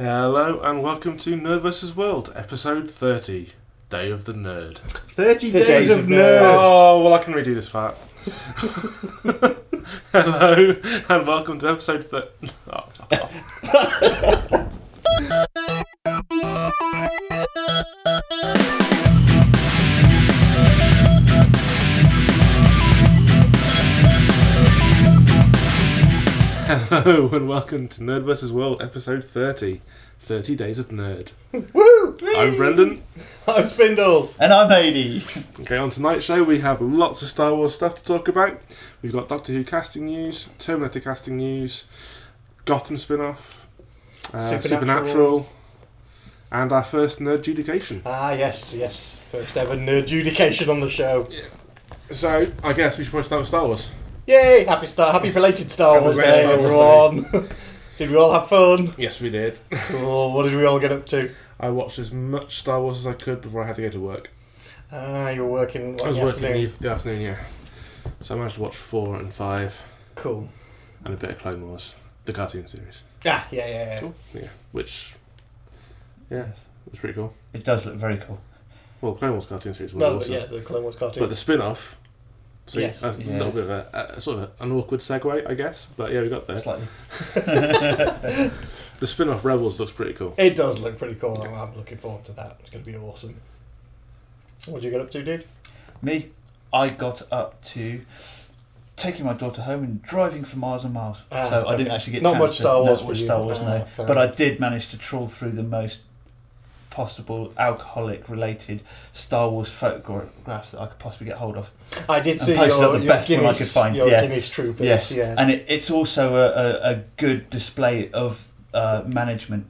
Hello and welcome to Nerd vs. World, episode 30, Day of the Nerd. 30 The days, Days of of nerd. Oh, well, I can redo this part. Hello and welcome to episode 30. Oh, fuck off. Hello and welcome to Nerd vs. World, episode 30, 30 Days of Nerd. Woo! I'm Brendan. I'm Spindles. And I'm 80. Okay, on tonight's show we have lots of Star Wars stuff to talk about. We've got Doctor Who casting news, Terminator casting news, Gotham spin-off, uh, Supernatural. Supernatural. and our first nerd adjudication. Ah, yes, yes. First ever nerd adjudication on the show. So I guess we should probably start with Star Wars. Yay! Happy Star, happy belated Star Happy Wars belated Day, Star Wars everyone. did we all have fun? Yes, we did. Cool. What did we all get up to? I watched as much Star Wars as I could before I had to go to work. Ah, you were working I what, was in working the in afternoon. the eve- the afternoon, yeah. So I managed to watch four and five Cool. and a bit of Clone Wars, the cartoon series. Ah, yeah, yeah, yeah. Yeah, which yeah, was pretty cool. It does look very cool. Well, Clone Wars cartoon series was Well, awesome. yeah, the Clone Wars But cartoon. the spin-off, so Yes. a little Yes. bit of a, a sort of an awkward segue, I guess. But yeah, we got there. Slightly. The spin-off Rebels looks pretty cool. It does look pretty cool. I'm, I'm looking forward to that. It's going to be awesome. What did you get up to, dude? Me, I got up to taking my daughter home and driving for miles and miles. Ah, so I didn't okay. actually get Not chance much to- Star Wars Not for much you. Star Wars, Ah, no. fair But I enough. did manage to trawl through the most possible alcoholic-related Star Wars photographs that I could possibly get hold of. I did And see posted up your, the your best one I Guinness, could find, your yeah. Guinness troopers. Yes. Yeah. And it, it's also a, a, a good display of uh, management.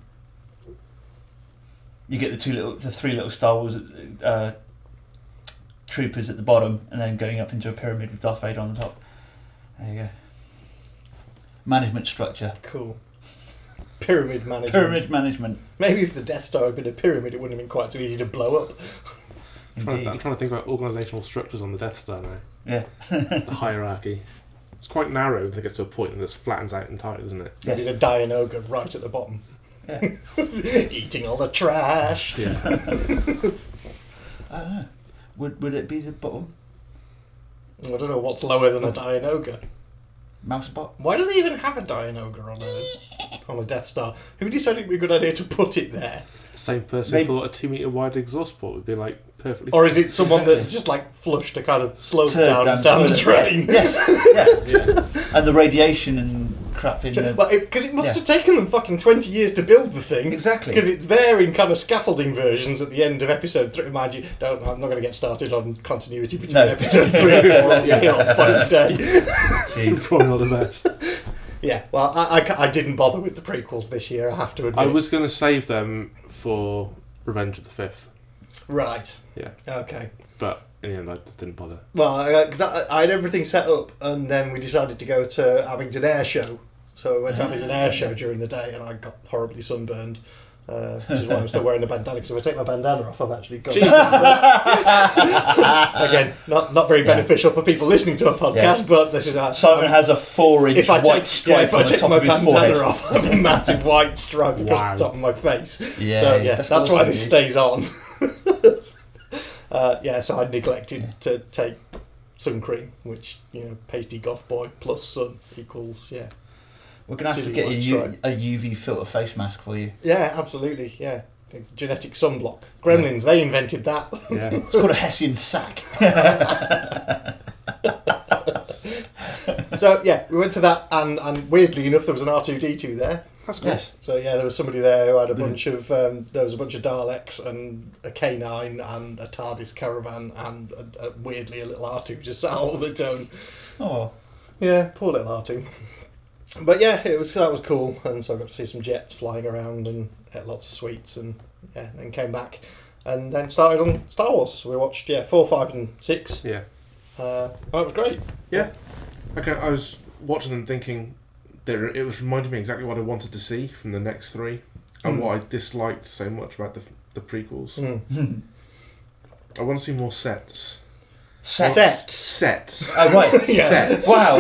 You get the two little, the three little Star Wars uh, troopers at the bottom, and then going up into a pyramid with Darth Vader on the top. There you go. Management structure. Cool. Pyramid management. Pyramid management. Maybe if the Death Star had been a pyramid, it wouldn't have been quite so easy to blow up. I'm trying, I'm Indeed. trying to think about organisational structures on the Death Star now. Yeah. The hierarchy. It's quite narrow until it gets to a point and just flattens out entirely, doesn't it? Maybe Yes. the Dian Ogre right at the bottom. Yeah. Eating all the trash. Yeah. I don't know. Would, would it be the bottom? I don't know what's lower than a Dian Ogre. Mouse bot? Why do they even have a Dian Ogre on a, on a Death Star? Who decided it'd be a good idea to put it there? Same person Maybe- who thought a two metre wide exhaust port would be like perfectly. Or is it someone that Exactly. just like flushed to kind of slow Turd down down, the toilet. drain? Yes. Yeah. And the radiation and crap in the. Because it, 'cause it must Yeah. have taken them fucking 20 years to build the thing. Exactly. Because it's there in kind of scaffolding versions at the end of episode three. Mind you, don't, I'm not going to get started on continuity between No. episodes three and four on Yeah. here on five day. Jeez. Probably not the best. Yeah, well, I, I ca- I didn't bother with the prequels this year, I have to admit. I was going to save them for Revenge of the Fifth, Right. Yeah. Okay. but in the end, I just didn't bother. Well, because I, I had everything set up, and then we decided to go to Abingdon Air Show. So we went to Ah. Abingdon Air Show during the day, and I got horribly sunburned. Uh, which is why I'm still wearing a bandana. Because if I take my bandana off, I've actually got. Again, not not very Yeah. beneficial for people listening to a podcast, Yes. but this is how Simon has a four-inch if I take, yeah, white stripe if I on the take top my of his forehead. bandana off, I have a massive white stripe across Wow. the top of my face. Yeah, so yeah, that's, that's why awesome, this dude. stays on. uh, yeah, so I neglected to take sun cream, which you know, pasty goth boy plus sun equals yeah, We're gonna have to Silly get a, white U- stripe. a UV filter face mask for you. yeah, absolutely, yeah. Genetic sunblock. Gremlins, they invented that. Yeah. It's called a Hessian sack. so yeah, we went to that, and and weirdly enough, there was an R two D two there. That's cool. yes. So yeah, there was somebody there who had a Mm-hmm. bunch of um, there was a bunch of Daleks and a K nine and a TARDIS caravan and a, a, weirdly a little R two just sat all on its own. Oh, Yeah, poor little R two. But yeah, it was that was cool, and so I got to see some jets flying around and ate lots of sweets and yeah, then came back and then started on Star Wars. So we watched yeah four, five, and six. Yeah. Uh, that was great. Yeah. Okay, I was watching and thinking that it was reminding me exactly what I wanted to see from the next three and Mm. what I disliked so much about the, the prequels. Mm. I want to see more sets. sex. Sets. Sets. Oh right. Yeah. Sets. Wow.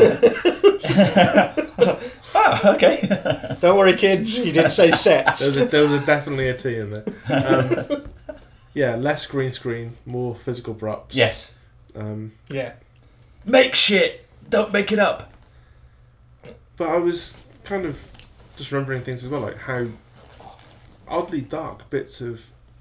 Oh, okay. Don't worry, kids. You did say There sets. was, a, there was a definitely a T in there. Um, yeah, less green screen, more physical props. yes. Um, yeah. Make shit. Don't make it up. but I was kind of just remembering things as well, like how oddly dark bits of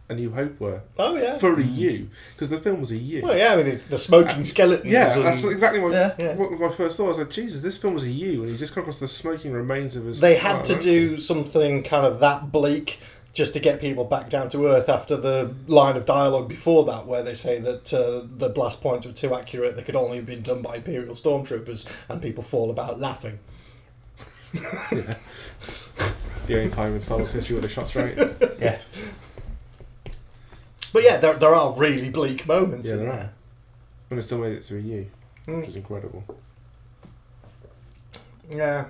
A New Hope were Oh yeah. for a U, because the film was a U. Well, yeah. I mean, it's the smoking skeletons. Uh, Yeah, and that's exactly what, Yeah. Yeah. what my first thought. I was like, Jesus, this film was a U, and he's just come across the smoking remains of his. they had Oh, to right. do something kind of that bleak just to get people back down to earth after the line of dialogue before that where they say that uh, the blast points were too accurate they could only have been done by imperial stormtroopers and people fall about laughing the only time in Star Wars history where the shots right. Yes. but yeah there, there are really bleak moments Yeah, in there there And they still made it to a U, which Mm. is incredible. yeah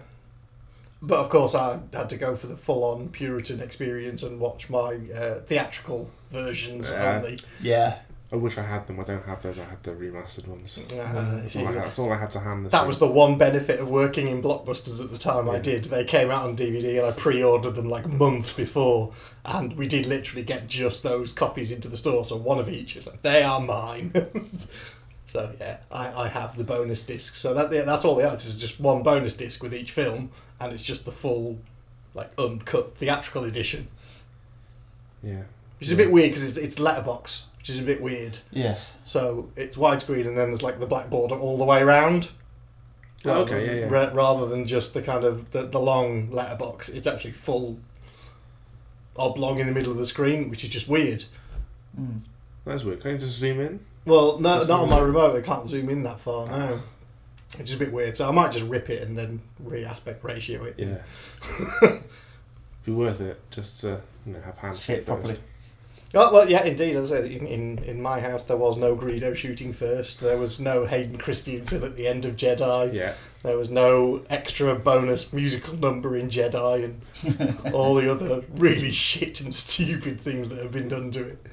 but of course i had to go for the full-on puritan experience and watch my uh, theatrical versions Yeah. only Yeah. I wish I had them. I don't have those. I had the remastered ones. Uh, That's all, I had, that's all I had to hand. This That week. was the one benefit of working in blockbusters at the time. I Yeah. did. They came out on DVD, and I pre-ordered them like months before, and we did literally get just those copies into the store. So one of each. It's like, they are mine. so yeah, I, I have the bonus discs. So that that's all they are. It's just one bonus disc with each film, and it's just the full, like uncut theatrical edition, yeah. which is a bit weird because it's it's letterbox, which is a bit weird. Yes. So it's widescreen, and then there's like the black border all the way round. Oh, Rather okay, than- yeah, yeah. ra- rather than just the kind of the, the long letterbox, it's actually full oblong in the middle of the screen, which is just weird. Mm. That's weird. Can you just zoom in? Well, no, Just not on zoom my remote. I can't zoom in that far Oh. now. Which is a bit weird. So I might just rip it and then re-aspect ratio it. Yeah. Be worth it just to you know have hands. Sit properly. Oh, well, yeah, indeed. As I said, in, in, in my house, there was no Greedo shooting first. There was no Hayden Christensen at the end of Jedi. Yeah. There was no extra bonus musical number in Jedi and all the other really shit and stupid things that have been done to it.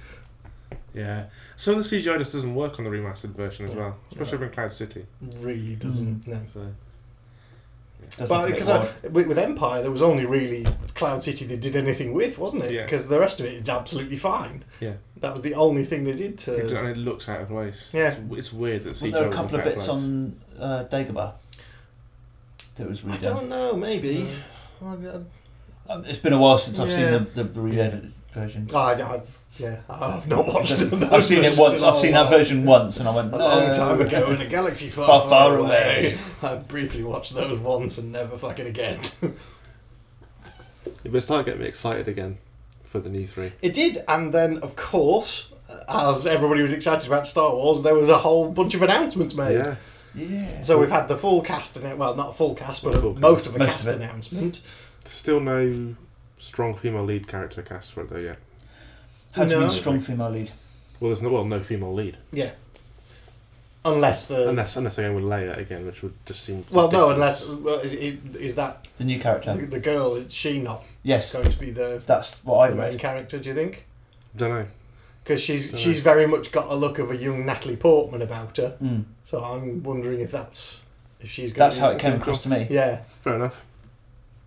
Yeah. Some of the CGI just doesn't work on the remastered version as Yeah. well, especially up in Cloud City. Really Mm. doesn't. No. So But Does look a bit because odd. with, with Empire, there was only really Cloud City they did anything with, wasn't it? Yeah. Because the rest of it is absolutely fine. Yeah. That was the only thing they did it, to. and it looks out of place. Yeah. It's, it's weird that CGI. Were there a wasn't couple of out bits place. on uh, Dagobah that was I redone? don't know. Maybe. I- Um, It's been a while since I've Yeah. seen the, the re-edited version. I, I, have yeah, I've not watched them. I've seen it once. I've seen that version once, and I went a long "No." time ago in a galaxy far, Far, far, far away. I briefly watched those once and never fucking again. It was starting to get me excited again for the new three. it did, and then of course, as everybody was excited about Star Wars, there was a whole bunch of announcements made. Yeah. Yeah. So we've had the full cast, annou- well, not a full cast, but Not full most cast. of the Most cast of it. announcement. Still no strong female lead character cast for it though yet. How do you No. mean strong female lead? Well, there's no well no female lead Yeah. Unless the unless unless they go with Leia again, which would just seem. Uh, well, no, ridiculous. unless well, is, is that The new character. the, the girl? Is she not yes, going to be the, that's what I the main read. character? Do you think? Don't know. because she's Dunno. she's very much got a look of a young Natalie Portman about her. Mm. So I'm wondering if that's if she's gonna That's be- how it came across to me. Yeah, Fair enough.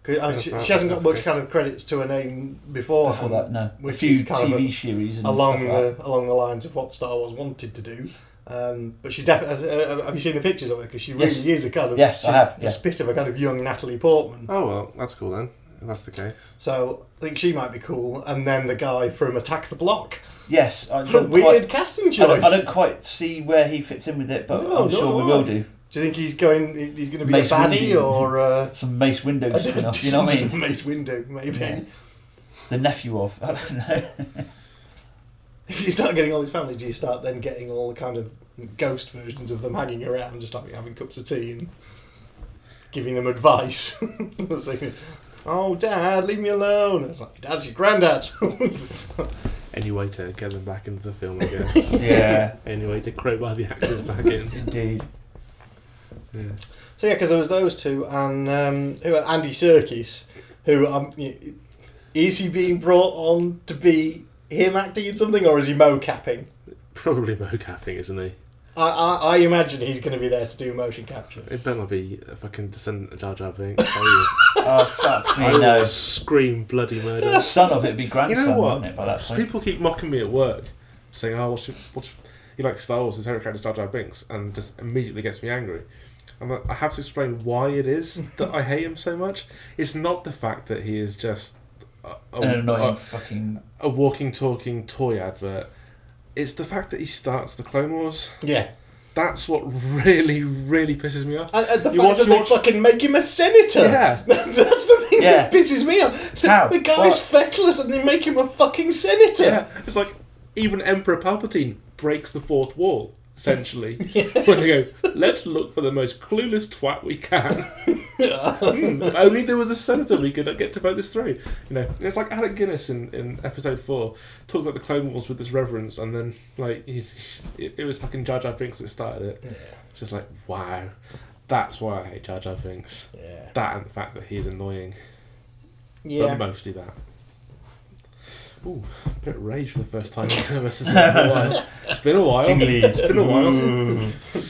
'Cause, uh, Yeah, she, that- she hasn't got that's much good. kind of credits to her name Before beforehand, that, no. A which few is kind of a- TV series and along stuff like the along the lines of what Star Wars wanted to do. Um, but she definitely uh, have you seen the pictures of her? Because she really Yes. is a kind of Yes, I she's have, the yeah. spit of a kind of young Natalie Portman. Oh well, that's cool then. If that's the case. So I think she might be cool. And then the guy from Attack the Block, that. Yes, I what a don't, weird quite, casting I, don't, choice. I don't quite see where he fits in with it, but No, nor I'm sure do we I. will do. Do you think he's going? He's going to be Mace a baddie Windu. or? Uh, Some Mace Windows spin-off, you know what I mean? Mace Windu, maybe. Yeah. The nephew of, I don't know. If you start getting all these families, do you start then getting all the kind of ghost versions of them hanging around, just like having cups of tea and giving them advice? They go, oh, Dad, leave me alone. It's like, Dad's your granddad. Any way to get them back into the film again. yeah, Any way to crowbar the actors back in. indeed. Yeah. so, yeah, because there was those two, and um, who are Andy Serkis, who um, y- is he being brought on to be him acting in something, or is he mo capping? Probably mocapping, isn't he? I, I, I imagine he's going to be there to do motion capture. It better not be a fucking descendant of Jar Jar Binks. I will- Oh, fuck I me, will no. scream bloody murder. The son of it would be grandson, You know what? wouldn't it, by that point? People keep mocking me at work, saying, "Oh, what's your, what's your, you like Star Wars? His favorite character is Jar Jar Binks," and just immediately gets me angry. I'm like, I have to explain why it is that I hate him so much. It's not the fact that he is just a, a- An annoying a- Oh, fucking. a walking, talking toy advert. It's the fact that he starts the Clone Wars. Yeah. That's what really, really pisses me off. And, and the You fact watch- that you they watch- fucking make him a senator. Yeah. That's the thing Yeah. that pisses me off. The, How? the guy's feckless and they make him a fucking senator. Yeah, it's like even Emperor Palpatine breaks the fourth wall essentially when they go, "Let's look for the most clueless twat we can." Hmm, if only there was a senator we could get to vote this through. You know, it's like Alec Guinness in, in episode four talked about the Clone Wars with this reverence, and then like he, it, it was fucking Jar Jar Binks that started it. It's Just like wow, that's why I hate Jar Jar Binks. Yeah. That and the fact that he's annoying, Yeah. but mostly that. Ooh, a bit of rage for the first time. It's been a while. It's been a while. Jingly. It's been a while. Ooh.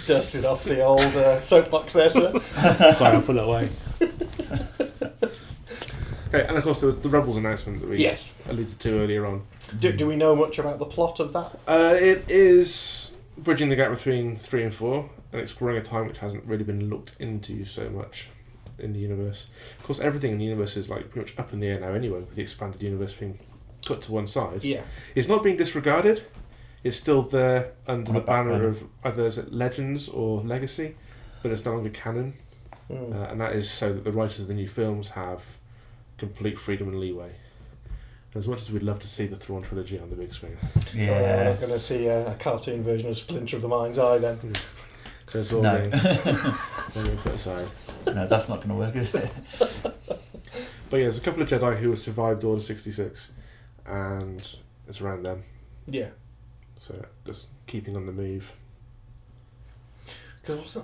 Dusted off the old uh, soapbox there, sir. Sorry, I'll put that away. okay, and of course there was the Rebels announcement that we yes. alluded to earlier on. Do, do we know much about the plot of that? Uh, it is bridging the gap between three and four, and exploring a time which hasn't really been looked into so much in the universe. Of course, everything in the universe is like pretty much up in the air now, anyway, with the expanded universe being put to one side. Yeah. Uh, It's not being disregarded. It's still there under On the a back banner burner. of either is it Legends or Legacy, but it's no longer canon, uh, Mm. and that is so that the writers of the new films have complete freedom and leeway. And as much as we'd love to see the Thrawn trilogy on the big screen, Oh, no, we're Yeah. not going to see a, a cartoon version of Splinter of the Mind's Eye then. so it's all No. being, all being put aside. no, that's not going to work, is it? But yeah, there's a couple of Jedi who have survived Order sixty six, and it's around them. Yeah. So just keeping on the move. Because what's that?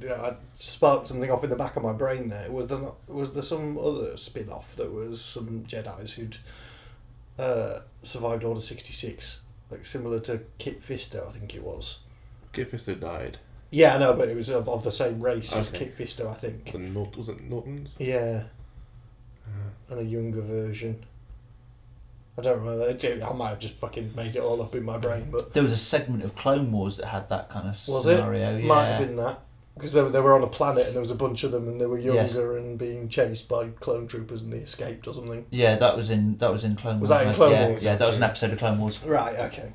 Yeah, I sparked something off in the back of my brain. There was there not, was there some other spin off that was some Jedi's who'd uh, survived Order sixty six, like similar to Kit Fisto, I think it was. Kit Fisto died. Yeah, I know, but it was of, of the same race as Okay. Kit Fisto, I think. The Nort- was it Norton? Yeah, and a younger version. I don't remember. It- it- I might have just fucking made it all up in my brain, but There was a segment of Clone Wars that had that kind of Was it? scenario. Yeah. Might have been that because they, were- they were on a planet and there was a bunch of them and they were Yes. younger and being chased by clone troopers and they escaped or something. Yeah, that was in that was in Clone Was Wars. that in wasn't it? Clone yeah, Wars? Yeah, that was an episode of Clone Wars. Right. Okay.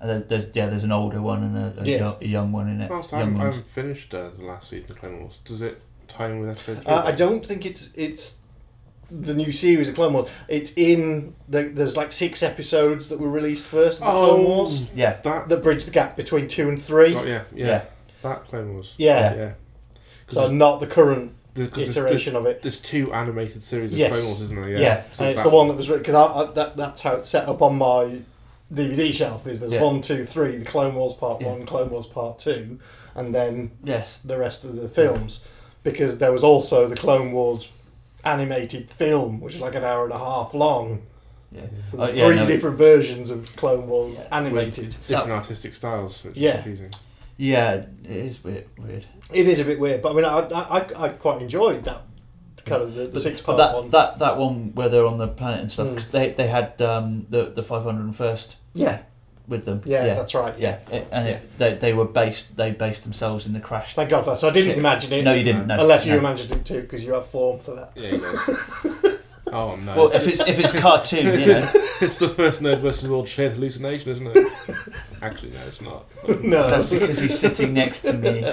And there- there's yeah, there's an older one and a, a, Yeah. young, a young one in it. Oh, so I young haven't, I ones. haven't finished uh, the last season of Clone Wars. Does it tie in with episode three? Uh, I don't think it's it's the new series of Clone Wars. It's in the, there's like six episodes that were released first of the Oh, Clone Wars Yeah, that. that bridge the gap between two and three. oh, yeah, yeah, yeah. That Clone Wars. Yeah. Yeah. So Because not the current there's, 'cause there's, there's, iteration of it. there's two animated series of Yes. Clone Wars, isn't there? Yeah, Yeah. So and it's that- the one that was because I, I, that that's how it's set up on my DVD shelf. Is there's Yeah. one, two, three, the Clone Wars Part Yeah. One, Clone Wars Part Two, and then Yes. the rest of the films, because there was also the Clone Wars animated film, which is like an hour and a half long. Yeah. So there's Oh, yeah, three no. different versions of Clone Wars Yeah. animated. Different artistic styles, which Yeah. is confusing. Yeah, it is weird. Weird. It is a bit weird, but I mean, I I, I, I quite enjoyed that kind of the, the six But part that, one. that that one where they're on the planet and stuff. Mm. 'cause they they had um, the the five hundred and first yeah, with them. yeah, that's right. yeah. It- and It, they they were based they based themselves in the crash. Thank God for that. So I didn't Shit. imagine it. No, you didn't. No, Unless you no. imagined it too, because you have form for that. Yeah, it is. Oh, no. Well, if it's if it's cartoon, you know. it's the first Nerd versus World shared hallucination, isn't it? Actually, no, it's not. No, That's because he's sitting next to me.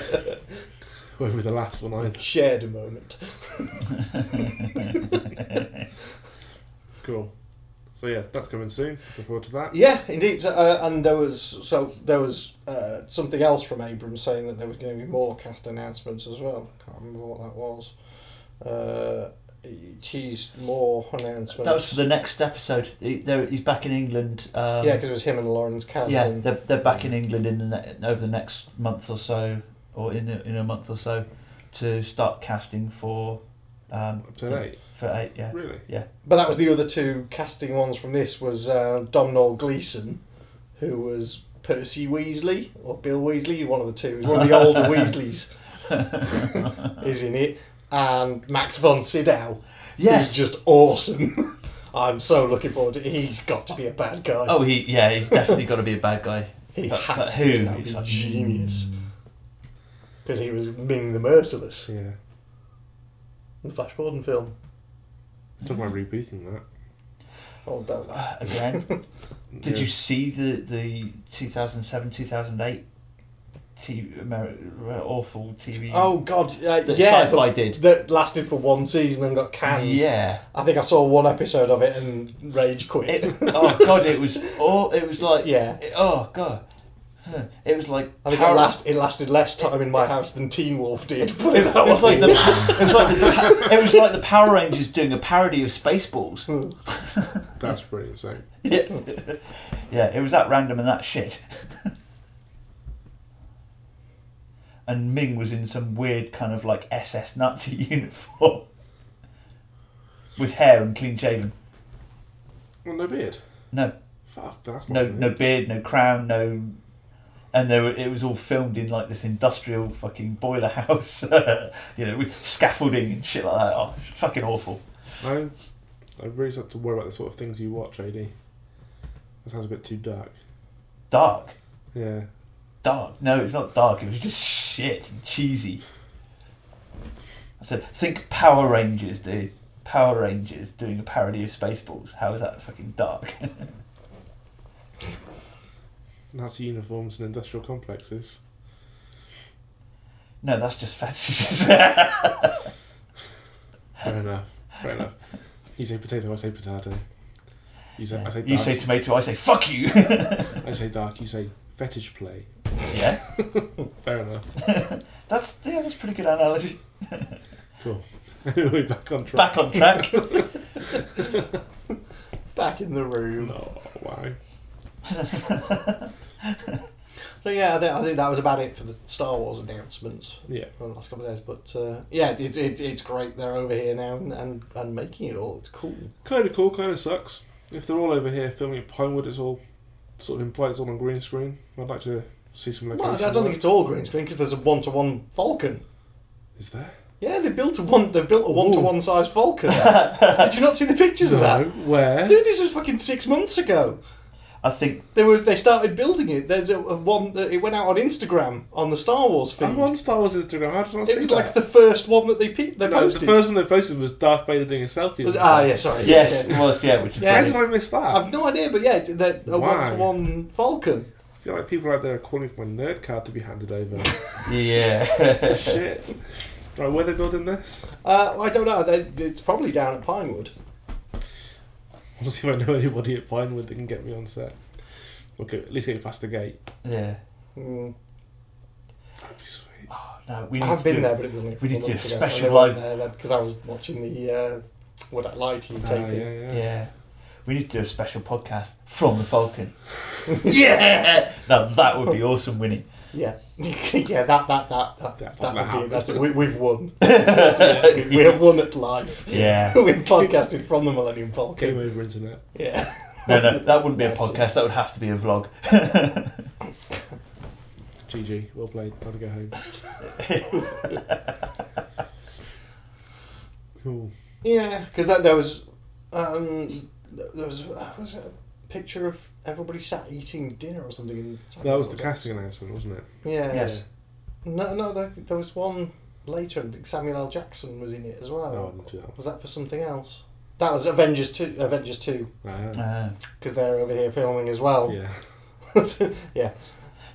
Won't be the last one either. shared a moment. Cool. So, yeah, that's coming soon. Looking forward to that. Yeah, indeed. So, Uh, and there was so there was uh, something else from Abrams saying that there was going to be more cast announcements as well. Can't remember what that was. Uh, he teased more announcements. That was for the next episode. He, there, he's back in England. Um, yeah, because it was him and Lawrence yeah, Kasdan. they're, they're back in England in the ne- over the next month or so, or in a, in a month or so, to start casting for. Um, Up to eight. For eight, yeah. Really? but that was the other two casting ones from this was uh, Domhnall Gleeson, who was Percy Weasley or Bill Weasley, one of the two, one of the older Weasleys is in it, and Max von Sydow. Yes. He's just awesome. I'm so looking forward to it. He's got to be a bad guy. Oh, he yeah, he's definitely got to be a bad guy. he but- has but to. be. who? That'd It's be like- genius. Because he was Ming the Merciless in Yeah. the Flash Gordon film. Talking about Mm-hmm. rebooting that. Oh, don't. Uh, Again, did Yeah. you see the the 2007 2008 TV, Ameri- awful TV? Oh God! Uh, That yeah, sci-fi but did. that lasted for one season and got canned. yeah. I think I saw one episode of it and rage quit. It, oh god, it was all. It was like Yeah. it- oh god, Huh. it was like I think it, para- last, it lasted less time in my house than Teen Wolf did. Put it that It was way. like the it was like the, it was like the Power Rangers doing a parody of Hmm. Spaceballs. That's pretty insane. Yeah, yeah, it was that random and that shit. and Ming was in some weird kind of like SS Nazi uniform with hair and clean shaven. Well, no beard. No, Fuck, that's no, not no beard, no crown, no. And there, were, it was all filmed in like this industrial fucking boiler house, you know, with scaffolding and shit like that. Oh, it's fucking awful. I, I really start to worry about the sort of things you watch, AD. That sounds a bit too dark. Dark. Yeah. dark. No, it's not dark. It was just shit and cheesy. I said, think Power Rangers, dude. Power Rangers doing a parody of Spaceballs. How is that fucking dark? Nazi uniforms and industrial complexes. no, that's just fetishes. yeah, Fair enough. Fair enough. You say potato, I say potato. You say, I say dark. you say tomato, I say fuck you. I say dark, you say fetish play. yeah, Fair enough. that's yeah, that's a pretty good analogy. Cool. We're back on track. Back on track. Back in the room. Oh, wow. So yeah, I think, I think that was about it for the Star Wars announcements Yeah. for the last couple of days. But uh, yeah, it's it, it's great. They're over here now and, and, and making it all. It's cool. Kind of cool, kind of sucks. If they're all over here filming at Pinewood, it's all sort of implied it's all on green screen. I'd like to see some Well, location. I don't think work. it's all green screen because there's a one to one Falcon. Is there? Yeah, they built a one. They built a one to one size Falcon. Did you not see the pictures of No, that? where? Dude, this was fucking six months ago. I think There was they started building it. There's a, a one. that- It went out on Instagram on the Star Wars feed. I'm on Star Wars Instagram. How did I not Oh, see It was that? like the first one that they pe- they no, the posted. first one they posted was Darth Vader doing a selfie. or Was- something. ah, yeah, sorry. yes, Yeah. it was yeah, which is Yeah, How did brilliant. I miss that? i I've no idea, but yeah, it's- that a Why? one-to-one Falcon. feel like people out there are calling for my nerd card to be handed over. yeah. Shit. Right, where they're building this? Uh, I don't know. They, it's probably down at Pinewood. I'll see if I know anybody at Pinewood that can get me on set. Okay, at least get me past the gate. yeah. Mm. That'd be sweet. Oh, no, we need I've to been do- there, but it was only we need to do a special live- because uh, I was watching the uh, what that light you Ah, yeah, taking. yeah. Yeah. We need to do a special podcast from the Falcon. yeah! Now that would be awesome winning. Yeah, yeah, that that that that, That's that not would be, gonna that's it. happen. We, we've won. we, we have won at live. Yeah. We've podcasted from the Millennium Game Falcon. over internet. Yeah, No, no, that wouldn't be a That's it. podcast. That would have to be a vlog. GG, well played. Time to go home. cool. yeah, because there was um, there was uh, was it a picture of everybody sat eating dinner or something. In That was the casting announcement, wasn't it? Yeah. yes. No, no, there, there was one later. and Samuel L. Jackson was in it as well. No, I didn't do that. Was that for something else? That was Avengers two. Avengers two, Ah, Uh, because they're over here filming as well. yeah. So, yeah.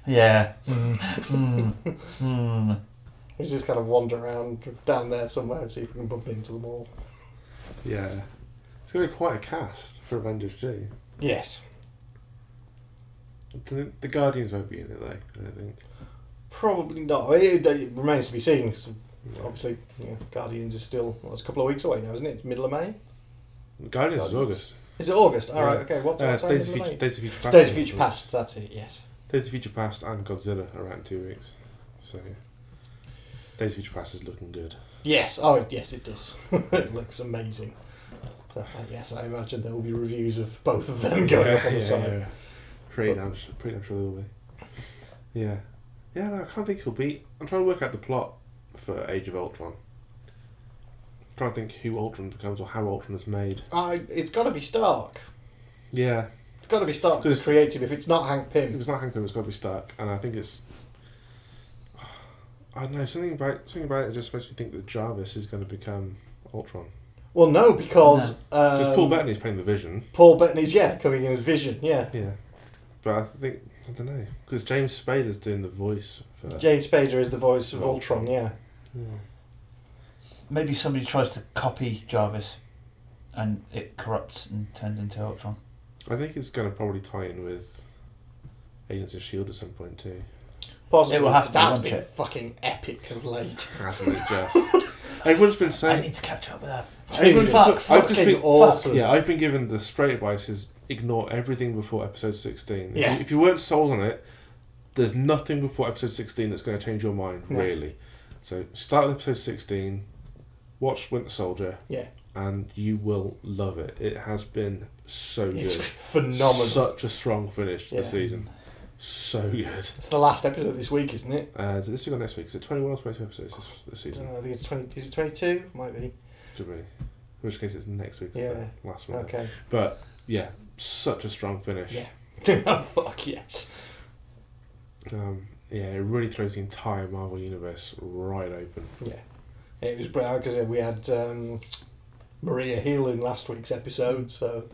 yeah. Mm, mm, mm. We should just kind of wander around down there somewhere and see if we can bump into them all. Yeah. It's going to be quite a cast for Avengers 2. Yes. The, the Guardians won't be in it, though, I don't think. Probably not. It, it remains to be seen. 'cause Yeah. Obviously, yeah, Guardians is still well, it's a couple of weeks away now, isn't it? It's middle of May. The Guardians is August. Is it August? All right. Yeah. Okay. What's Uh, what's Days, of middle of Future, May? Days of Future Past. Days of Future Past. That's it. Yes. Days of Future Past and Godzilla are out in two weeks. So, Days of Future Past is looking good. Yes. Oh, yes. It does. it looks amazing. So, uh, yes, I imagine there will be reviews of both of them going up on the side. Pretty damn, pretty damn sure there will be. Yeah. Yeah, no, I can't think who'll be. I'm trying to work out the plot for Age of Ultron. trying to think who Ultron becomes or how Ultron is made. I, it's got to be Stark. Yeah, It's got to be Stark because creative. If it's not Hank if Pym, it's not Hank Pym, it's got to be Stark, and I think it's. I don't know something about something about it just makes me think that Jarvis is going to become Ultron. well, no, because Because um, Paul Bettany's playing the Vision. Paul Bettany's yeah coming in as Vision. Yeah, Yeah, but I think I don't know because James Spader's doing the voice for. James Spader is the voice of Ultron. Yeah, Yeah. Maybe somebody tries to copy Jarvis, and it corrupts and turns into Ultron. I think it's going to probably tie in with Agents of Shield E at some point too. possibly. It will have to, That's won't been it? fucking epic of late. Hasn't it just? Everyone's been I saying need to catch up with that. Everyone's- Fuck, I've just fucking been, awesome. Yeah, I've been given the straight advice is ignore everything before episode 16. If, Yeah. you, if you weren't sold on it, there's nothing before episode 16 that's going to change your mind, No. really. So start with episode 16, watch Winter Soldier, Yeah. and you will love it. It has been so It's good. phenomenal. Such a strong finish to the Yeah. season. So good. it's the last episode this week, isn't it? Uh, is it this week or next week? Is it 21 or 22 episodes this, this I don't season? know. I think it's twenty. Is it twenty-two? Might be. Should be. In which case, it's next week. Yeah. The last one. Okay. But yeah, such a strong finish. Yeah. Oh, Fuck yes. Um, yeah, it really throws the entire Marvel universe right open. Yeah. It was brilliant because we had um, Maria Hill in last week's episode, so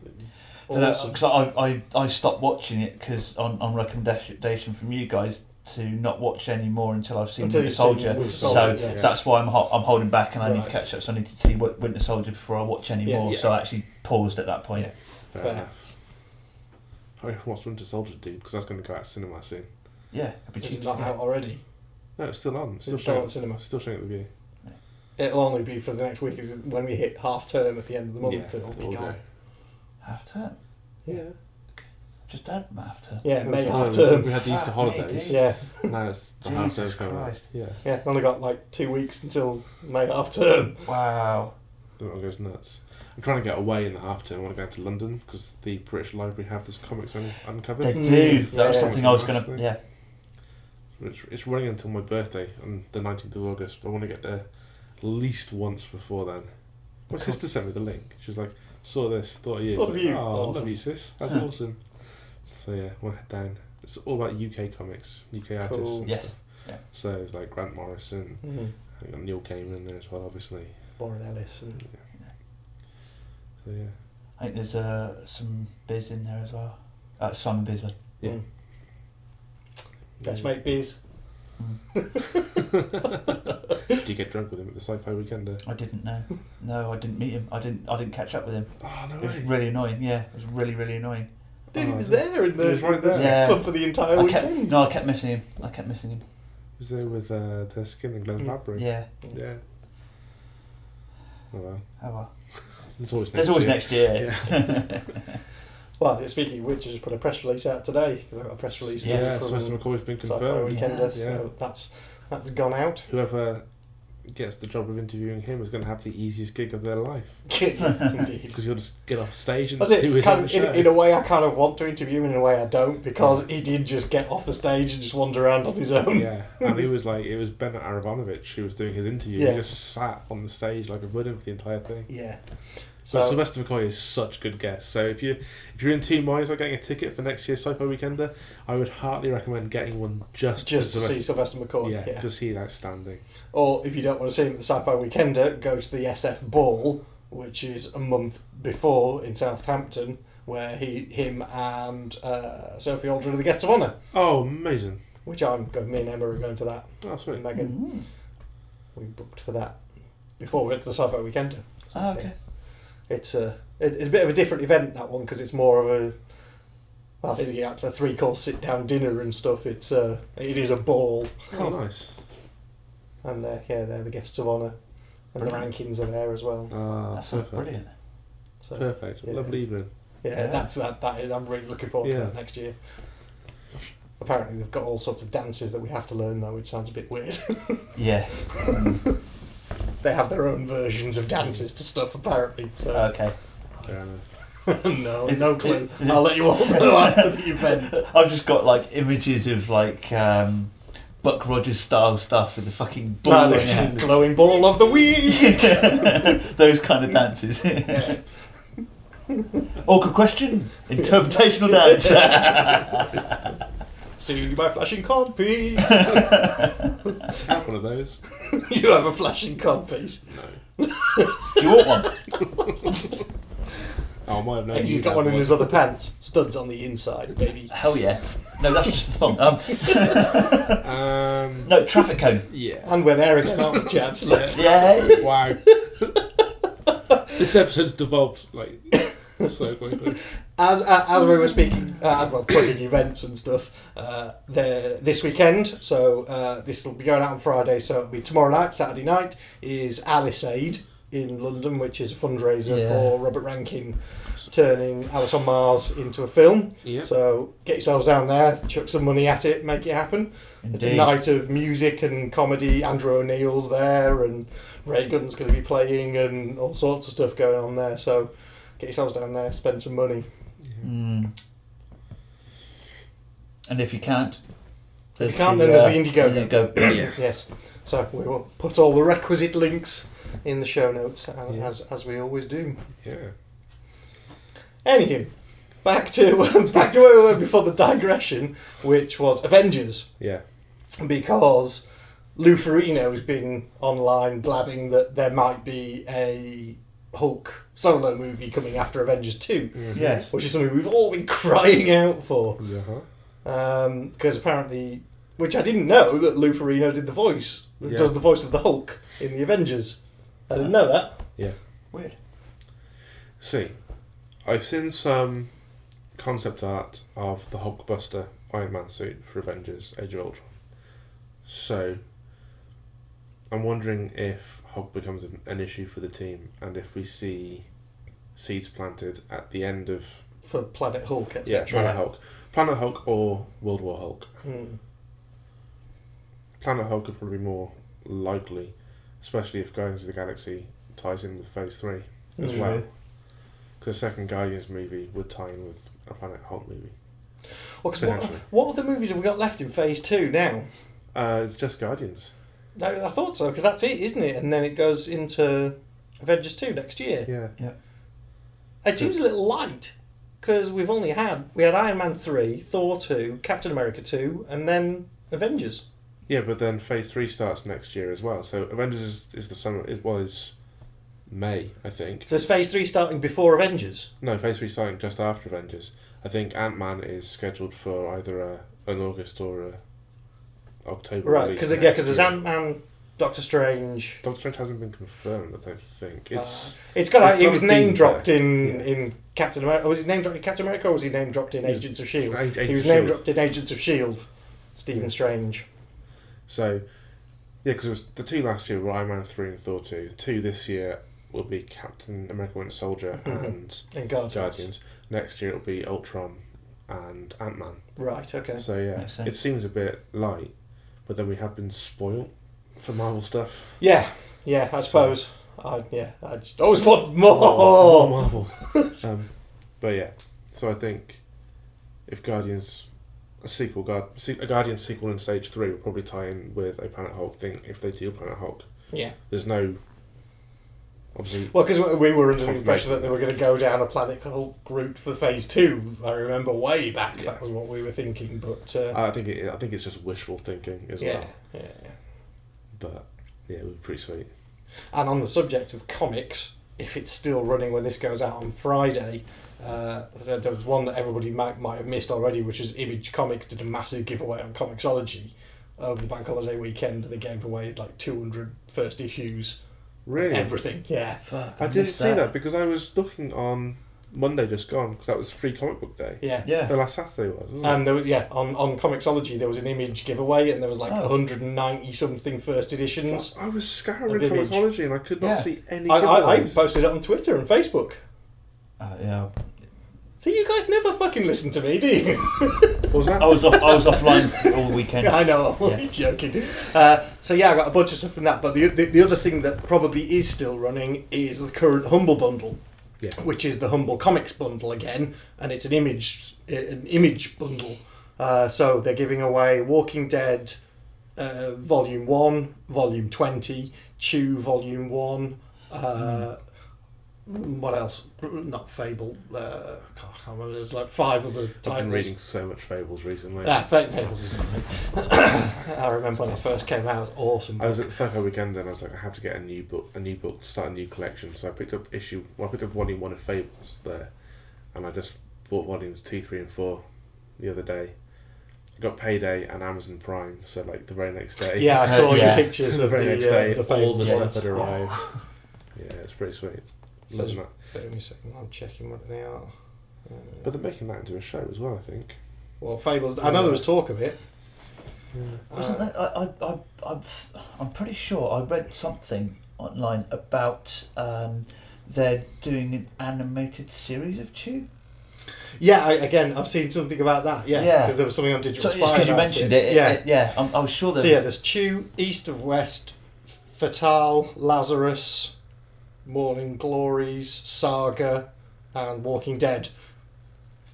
awesome. Because I, I, I stopped watching it because on, on recommendation from you guys to not watch any more until I've seen Until Winter you've seen Soldier. Winter so Soldier, yes. that's why I'm ho- I'm holding back and I need to Right. catch up. So I need to see Wi- Winter Soldier before I watch any Yeah. more. Yeah. So I actually paused at that point. Yeah. Fair, Fair. enough. I mean, what's Winter Soldier do? Because that's going to go out to cinema soon. Yeah, it'd be Is cheap it as not hell. out already? No, it's still on. It's still It's still showing at cinema. Still showing at the view. It'll only be for the next week 'cause when we hit half term at the end of the month. yeah, it'll it'll be go. gone. half term. Yeah. Just had half term. Yeah, May Yeah, half we- term. We had the Easter Fuck holidays. me, Yeah, Now it's the half term Jesus coming up. Christ. Yeah. yeah. Only got like two weeks until May half term. Wow. The world goes nuts. I'm trying to get away in the half term. I want to go to London because the British Library have this comics un- uncovered. They Mm. do. That was Yeah. something I was going to. Nice. Yeah. It's, it's running until my birthday on the 19th of August, but I want to get there at least once before then. My sister sent me the link. She was like, saw this, thought of you. Thought of Like, you. Oh, love Awesome. you, sis. That's Huh. awesome. So yeah, we'll head down. It's all about UK comics, UK artists Cool. and Yes. stuff. Yeah. So it's like Grant Morrison, Mm. I got Neil Gaiman in there as well, obviously. Warren Ellis and So yeah. I think there's uh, some biz in there as well. Uh, Simon Bisley. Yeah. Mm. best mate Biz. Did you get drunk with him at the sci-fi weekender? I didn't know. No, I didn't meet him. I didn't. I didn't catch up with him. Oh no It was really annoying. Yeah, it was really, really annoying. Dude, he Oh, was is it? there in the, He was right there. Yeah. club for the entire I kept, weekend. no, I kept missing him. I kept missing him. was there with uh, Tess Skin and Glenn Mm. Fabry. Yeah. Yeah. Oh well. Oh well. It's always There's always year. next year. Well, speaking of which, I just put a press release out today because I got a press release. Yeah, out yeah from Sylvester McCoy's been Sci-Fi confirmed. Weekend, Yeah. Yeah. so that's that's gone out. Whoever gets the job of interviewing him is going to have the easiest gig of their life Indeed. because he'll just get off stage and That's do it. his Kind own of, show. in, in a way, I kind of want to interview him, in a way, I don't, because he did just get off the stage and just wander around on his own. yeah, and he was like, it was Ben Aronovich who was doing his interview. Yeah. He just sat on the stage like a wooden for the entire thing. Yeah. So So, Sylvester McCoy is such good guest. So if you if you're in two minds about getting a ticket for next year's Sci-Fi Weekender, I would heartily recommend getting one just just to for see Sylvester McCoy. Yeah, Yeah, because he's outstanding. Or if you don't want to see him at the Sci-Fi Weekender, go to the SF Ball, which is a month before in Southampton, where he, him, and uh, Sophie Aldred are the guests of honour. Oh, amazing! Which I'm going. Me and Emma are going to that. Oh, sweet. And Megan, Mm. we booked for that before we went to the Sci-Fi Weekender. So, Oh, okay. it's a it- it's a bit of a different event that one because it's more of a well yeah it's a three course sit down dinner and stuff it's a it is a ball Oh, nice. and they're, yeah they're the guests of honour and Brilliant. the rankings are there as well Ah, That sounds perfect. brilliant. so Perfect. Yeah. Lovely evening. yeah, Yeah. that's that that is I'm really looking forward Yeah. to that next year apparently they've got all sorts of dances that we have to learn though which sounds a bit weird Yeah. they have their own versions of dances to stuff apparently so Okay. Fair enough. no, Is it- no clue. is it- I'll let you all know after the event. I've just got like images of like um, Buck Rogers style stuff with the fucking ball. Ah, in the your hand. glowing ball of the week. Those kind of dances. Awkward question. Interpretational dance. See you by flashing cod piece. I have one of those. you have a flashing cod piece. No. Do you want one? Oh, I might have known. He's you'd got have one in his other pants. Studs on the inside, baby. Hell yeah. No, that's just the thong. Um, Um, no, traffic cone. yeah. And we're there again, aren't we, chaps? Yeah. Wow. this episode's devolved like so quickly. As, uh, as we were speaking, uh, well, plugging events and stuff, uh, there- this weekend, so uh, this will be going out on Friday, so it'll be tomorrow night, Saturday night, is Alice Aid in London, which is a fundraiser Yeah. for Robert Rankin turning Alice on Mars into a film. Yeah. So get yourselves down there, chuck some money at it, make it happen. It's a Indeed. night of music and comedy. Andrew O'Neill's there, and Ray Gun's going to be playing, and all sorts of stuff going on there. So get yourselves down there, spend some money. Mm. And if you can't, uh, If you can't, then there's the Indiegogo. Indiegogo. Yeah. Yes. So we will put all the requisite links in the show notes, uh, Yeah. as as we always do. Yeah. Anywho, back to back to where we were before the digression, which was Avengers. Yeah. because Lou Ferrino has been online blabbing that there might be a Hulk solo movie coming after Avengers 2, Yes. which is something we've all been crying out for. Uh-huh. Because Um, apparently, which I didn't know that Lou Ferrino did the voice, Yeah. does the voice of the Hulk in the Avengers. I didn't know that. Weird. See, I've seen some concept art of the Hulkbuster Iron Man suit for Avengers Age of Ultron. So, I'm wondering if Hulk becomes an, an issue for the team and if we see seeds planted at the end of For Planet Hulk, etc. yeah, Planet Hulk. Planet Hulk or World War Hulk. Hmm. Planet Hulk would probably be more likely, especially if Guardians of the Galaxy ties in with Phase 3 as Mhm. well. Because the second Guardians movie would tie in with a Planet Hulk movie. Well, 'cause what, Potentially. what other movies have we got left in Phase 2 now? Uh, it's just Guardians. No, I thought so because that's it, isn't it? And then it goes into Avengers two next year. Yeah. It seems a little light because we've only had we had Iron Man three, Thor two, Captain America two, and then Avengers. Yeah, but then Phase 3 starts next year as well. So Avengers is, is the summer. It was May, I think. So is Phase three starting before Avengers? No, Phase 3 starting just after Avengers. I think Ant Man is scheduled for either a, an August or a October. Right, release because yeah, next 'cause there's year. Ant Man, Doctor Strange. Doctor Strange hasn't been confirmed, I don't think. It's. It's got. It's a- It gotta was be name there. dropped in Yeah. in Captain America. Was he name dropped in Captain America or was he name dropped in He was- Agents of Shield? Agents E he was of name S.H.I.E.L.D.. dropped in Agents of Shield. E Stephen E Yeah. Strange. So, yeah, because it was the two last year were Iron Man three and Thor two. The two this year will be Captain America Winter Soldier Mhm. and And Guardians. Guardians. Next year it'll be Ultron and Ant Man. Right. Okay. So yeah, Makes sense. it seems a bit light, but then we have been spoiled for Marvel stuff. Yeah, yeah, I suppose. I, yeah, I just Oh, always want more. Marvel. um, but yeah, so I think if Guardians. A sequel, Guard, a Guardian sequel in stage three will probably tie in with a Planet Hulk thing if they do Planet Hulk. Yeah, There's no, obviously, well, because we were under the impression that they were going to go down a Planet Hulk route for Phase Two. I remember way back Yeah. that was what we were thinking, but uh, I think it, I think it's just wishful thinking as yeah, well. yeah. But yeah, it would be pretty sweet. And on the subject of comics, if it's still running when this goes out on Friday, uh, there there was one that everybody might, might have missed already, which is Image Comics did a massive giveaway on Comixology over the bank holiday weekend, and they gave away like 200 first issues, of everything. Yeah, Fuck. I didn't missed see that because I was looking on Monday just gone because that was free comic book day. yeah. The Yeah. last Saturday was. Wasn't And there was, yeah, on, on Comixology there was an image giveaway, and there was like Oh. 190 something first it? editions. I was scouring Of Image. comicsology and I could not Yeah. see any. I, I, I giveaways. posted it on Twitter and Facebook. Oh. Uh, yeah. See, you guys never fucking listen to me, do you? What was that? I was off, I was offline all weekend. Yeah, I know. I'm Yeah. only joking. Uh, so yeah, I got a bunch of stuff from that. But the, the the other thing that probably is still running is the current Humble Bundle, Yeah. which is the Humble Comics bundle again, and it's an image an image bundle. Uh, so they're giving away Walking Dead, uh, Volume One, Volume Twenty, Chew Volume One. Uh, What else? Not Fable. Uh, I can't remember. There's like five other I've been titles. reading so much Fables recently. Ah, Fa- Fables is great. I remember when it first came out. It was awesome. I was at the Psycho Weekend and I was like, I have to get a new book, a new book to start a new collection. So I picked up issue, well, I picked up volume one of Fables there, and I just bought volumes two, three, and four the other day. I got payday and Amazon Prime, so like the very next day. Yeah, I Uh, saw yeah. your pictures the of very the, next uh, day, the all the Fables Mm. stuff ones. had arrived. yeah, it's pretty sweet. So- Loving that. Wait a second, I'm checking what they are. Uh, But they're making that into a show as well, I think. well, Fables. I know there was talk of it. Uh, Wasn't that, I, I, I, I'm, th- I'm pretty sure I read something online about um, they're doing an animated series of Chew. Yeah, I, again, I've seen something about that. Yeah, Yeah. because there was something on Digital So it's Spy. because you about mentioned it. it- yeah. it- yeah. I'm, I was sure that. so yeah, there's Chew, East of West, Fatal, Lazarus, Morning Glories, Saga, and Walking Dead.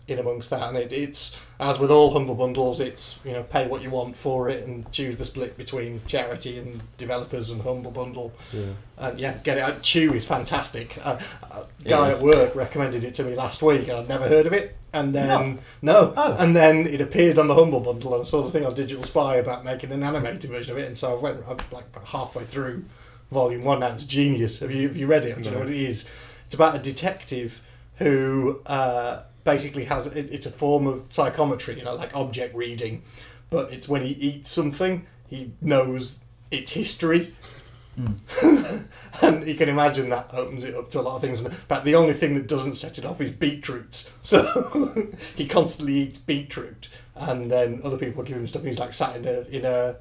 In amongst that, and it, it's as with all humble bundles, it's you know pay what you want for it and choose the split between charity and developers and humble bundle. Yeah. And yeah, get it. Uh, Chew is fantastic. Uh, a guy It is. at work recommended it to me last week, and I'd never heard of it. And then no, Oh. and then it appeared on the Humble Bundle, and I saw the thing on Digital Spy about making an animated version of it. And so I went I'm like about halfway through Volume One. Now it's genius. Have you have you read it? Do you know No. what it is? It's about a detective who uh, basically has it, it's a form of psychometry, you know, like object reading, but it's when he eats something, he knows its history and you can imagine that opens it up to a lot of things. But the only thing that doesn't set it off is beetroots. So he constantly eats beetroot, and then other people give him stuff. He's like sat in a in a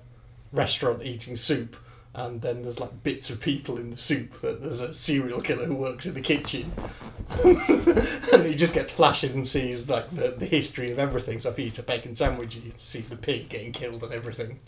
restaurant eating soup, and then there's like bits of people in the soup. That there's a serial killer who works in the kitchen, and he just gets flashes and sees like the, the history of everything. So if he eats a bacon sandwich, he sees the pig getting killed and everything.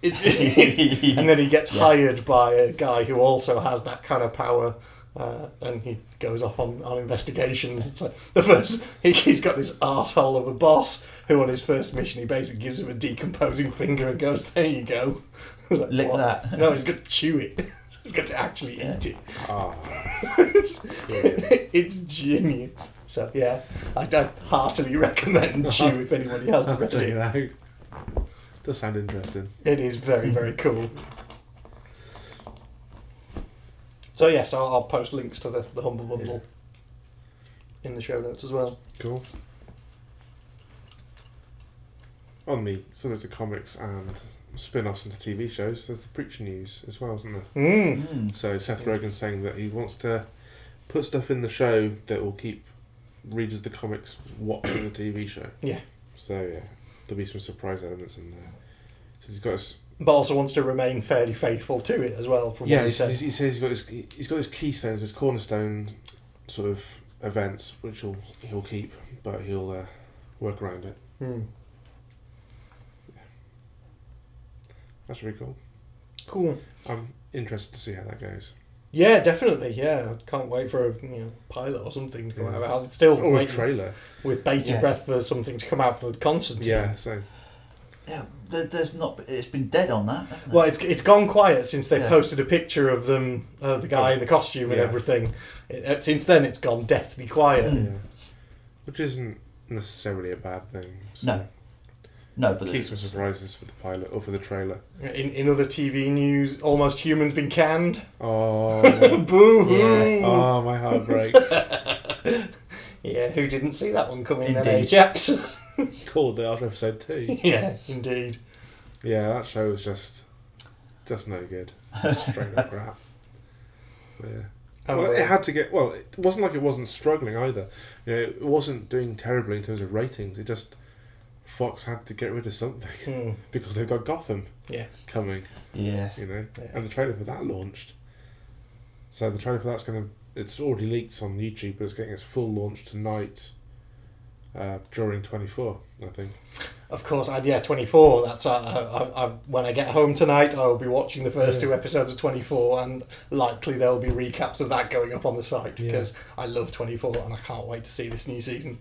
It, and then he gets hired by a guy who also has that kind of power, uh, and he goes off on, on investigations. It's like the first he, he's got this asshole of a boss who, on his first mission, he basically gives him a decomposing finger and goes, "There you go." It's like, Lick "What?" that. No, he's got to chew it. he's got to actually eat it. Ah, it's, brilliant. it's genius. So yeah, I don't heartily recommend chew if anybody hasn't read Check it it. out. Does sound interesting. It is very, very cool. So yes, I'll, I'll post links to the, the Humble Bundle in the show notes as well. Cool. On the similar to comics and spin-offs into TV shows, there's the preacher news as well, isn't there? Mm. Mm. So Seth Rogen saying that he wants to put stuff in the show that will keep readers of the comics watching the TV show. Yeah. So yeah, there'll be some surprise elements in there. So he's got his, But also wants to remain fairly faithful to it as well. From yeah, what he he's, said, he's, he says he's got his he's got his keystones, his cornerstone sort of events, which he'll he'll keep, but he'll uh, work around it. Mm. That's really cool. cool. I'm interested to see how that goes. Yeah, definitely. Yeah, I can't wait for a you know, pilot or something to come Yeah. out. I'll still Or a wait trailer. with bated Yeah. breath for something to come out for Constantine. Yeah, so Yeah, there, there's not. It's been dead on that, hasn't it? Well, it's it's gone quiet since they Yeah. posted a picture of them, uh, the guy in the costume and Yeah. everything. It, uh, since then, it's gone deathly quiet. yeah. Which isn't necessarily a bad thing. So No, no, but Keeps it's, some surprises for the pilot or for the trailer. In, in other TV news, Almost Human's been canned. Oh, Boo hoo! Yeah. oh my heart breaks. who didn't see that one coming then, eh, Indeed. chaps? Called it after episode two. yeah, indeed. Yeah, that show was just just no good. Straight up crap. But yeah. Oh, well, well. it had to get. Well, it wasn't like it wasn't struggling either. You know, it wasn't doing terribly in terms of ratings. It just Fox had to get rid of something Hmm. because they've got Gotham Yeah. coming. yes. You know, Yeah. and the trailer for that launched. So the trailer for that's going to. It's already leaked on YouTube, but it's getting its full launch tonight. Uh, during twenty four, I think. of course, and yeah, 24. That's uh, I, I, when I get home tonight, I will be watching the first two episodes of 24, and likely there'll be recaps of that going up on the site Yeah. because I love 24 and I can't wait to see this new season.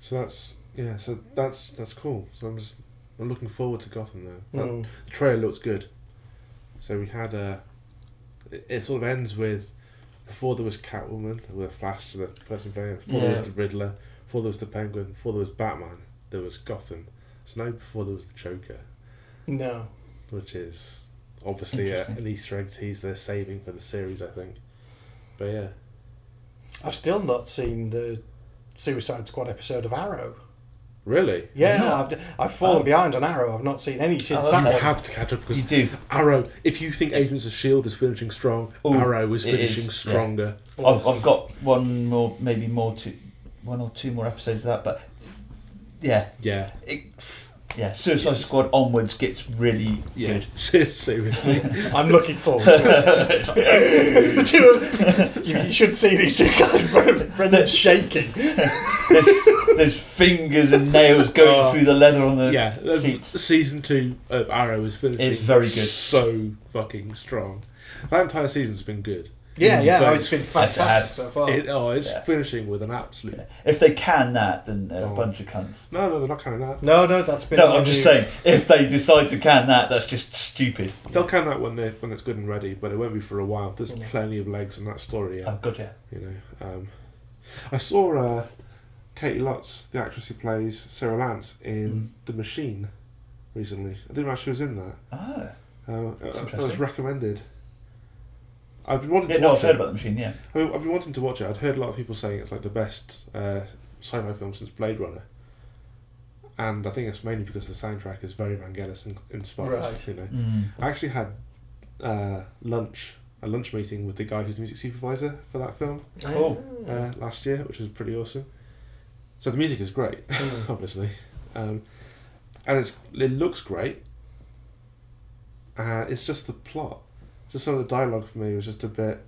So that's yeah. So that's that's cool. So I'm just I'm looking forward to Gotham though. That- Mm. The trailer looks good. So we had uh It, it sort of ends with before there was Catwoman, there was Flash to the person playing. Before there was Yeah. the Riddler. Before there was the Penguin. Before there was Batman. There was Gotham. So now before there was the Joker, No, which is obviously a, an Easter egg tease they're saving for the series, I think. But yeah, I've still not seen the Suicide Squad episode of Arrow. really, Yeah, No. I've, I've fallen Oh. behind on Arrow. I've not seen any since Oh, that I okay. one. have to catch up because You do. Arrow. If you think Agents of Shield E is finishing strong, Ooh, Arrow is it is, finishing yeah. stronger. I've, Awesome. I've got one more, maybe more, two, one or two more episodes of that. But yeah, Yeah, it, yeah, Suicide Squad onwards gets really yeah. good. Seriously, I'm looking forward to it. the two of you, you should see these two guys. Brendan- Brendan's shaking. There's, there's fingers and nails going Oh. through the leather on the yeah. um, seats. Season two of Arrow is finishing. It's very good. So fucking strong. That entire season's been good. Yeah, yeah, But oh, it's been fantastic so far. It, oh, it's Yeah. finishing with an absolute. If they can that, then they're Oh. a bunch of cunts. No, no, they're not counting that. no, no, that's been. No, I'm reviewed. just saying, if they decide to can that, that's just stupid. They'll count that when they when it's good and ready, but it won't be for a while. There's plenty of legs in that story. yet. Oh, God, yeah. you know. Um, I saw uh, Katie Lutz, the actress who plays Sarah Lance in Mm. The Machine, recently. I didn't know she was in that. Ah. Uh, that was interesting. recommended. I've been wanting Yeah, to no, I've watch heard it. about the machine, yeah. I mean, I've been wanting to watch it. I'd heard a lot of people saying it's like the best uh, sci-fi film since Blade Runner. And I think it's mainly because the soundtrack is very Vangelis in- inspired. Right. You know, Mm. I actually had uh, lunch, a lunch meeting with the guy who's the music supervisor for that film Cool. uh, last year, which was pretty awesome. So the music is great, Mm. obviously, um, and it's it looks great. Uh, it's just the plot, just some of the dialogue for me was just a bit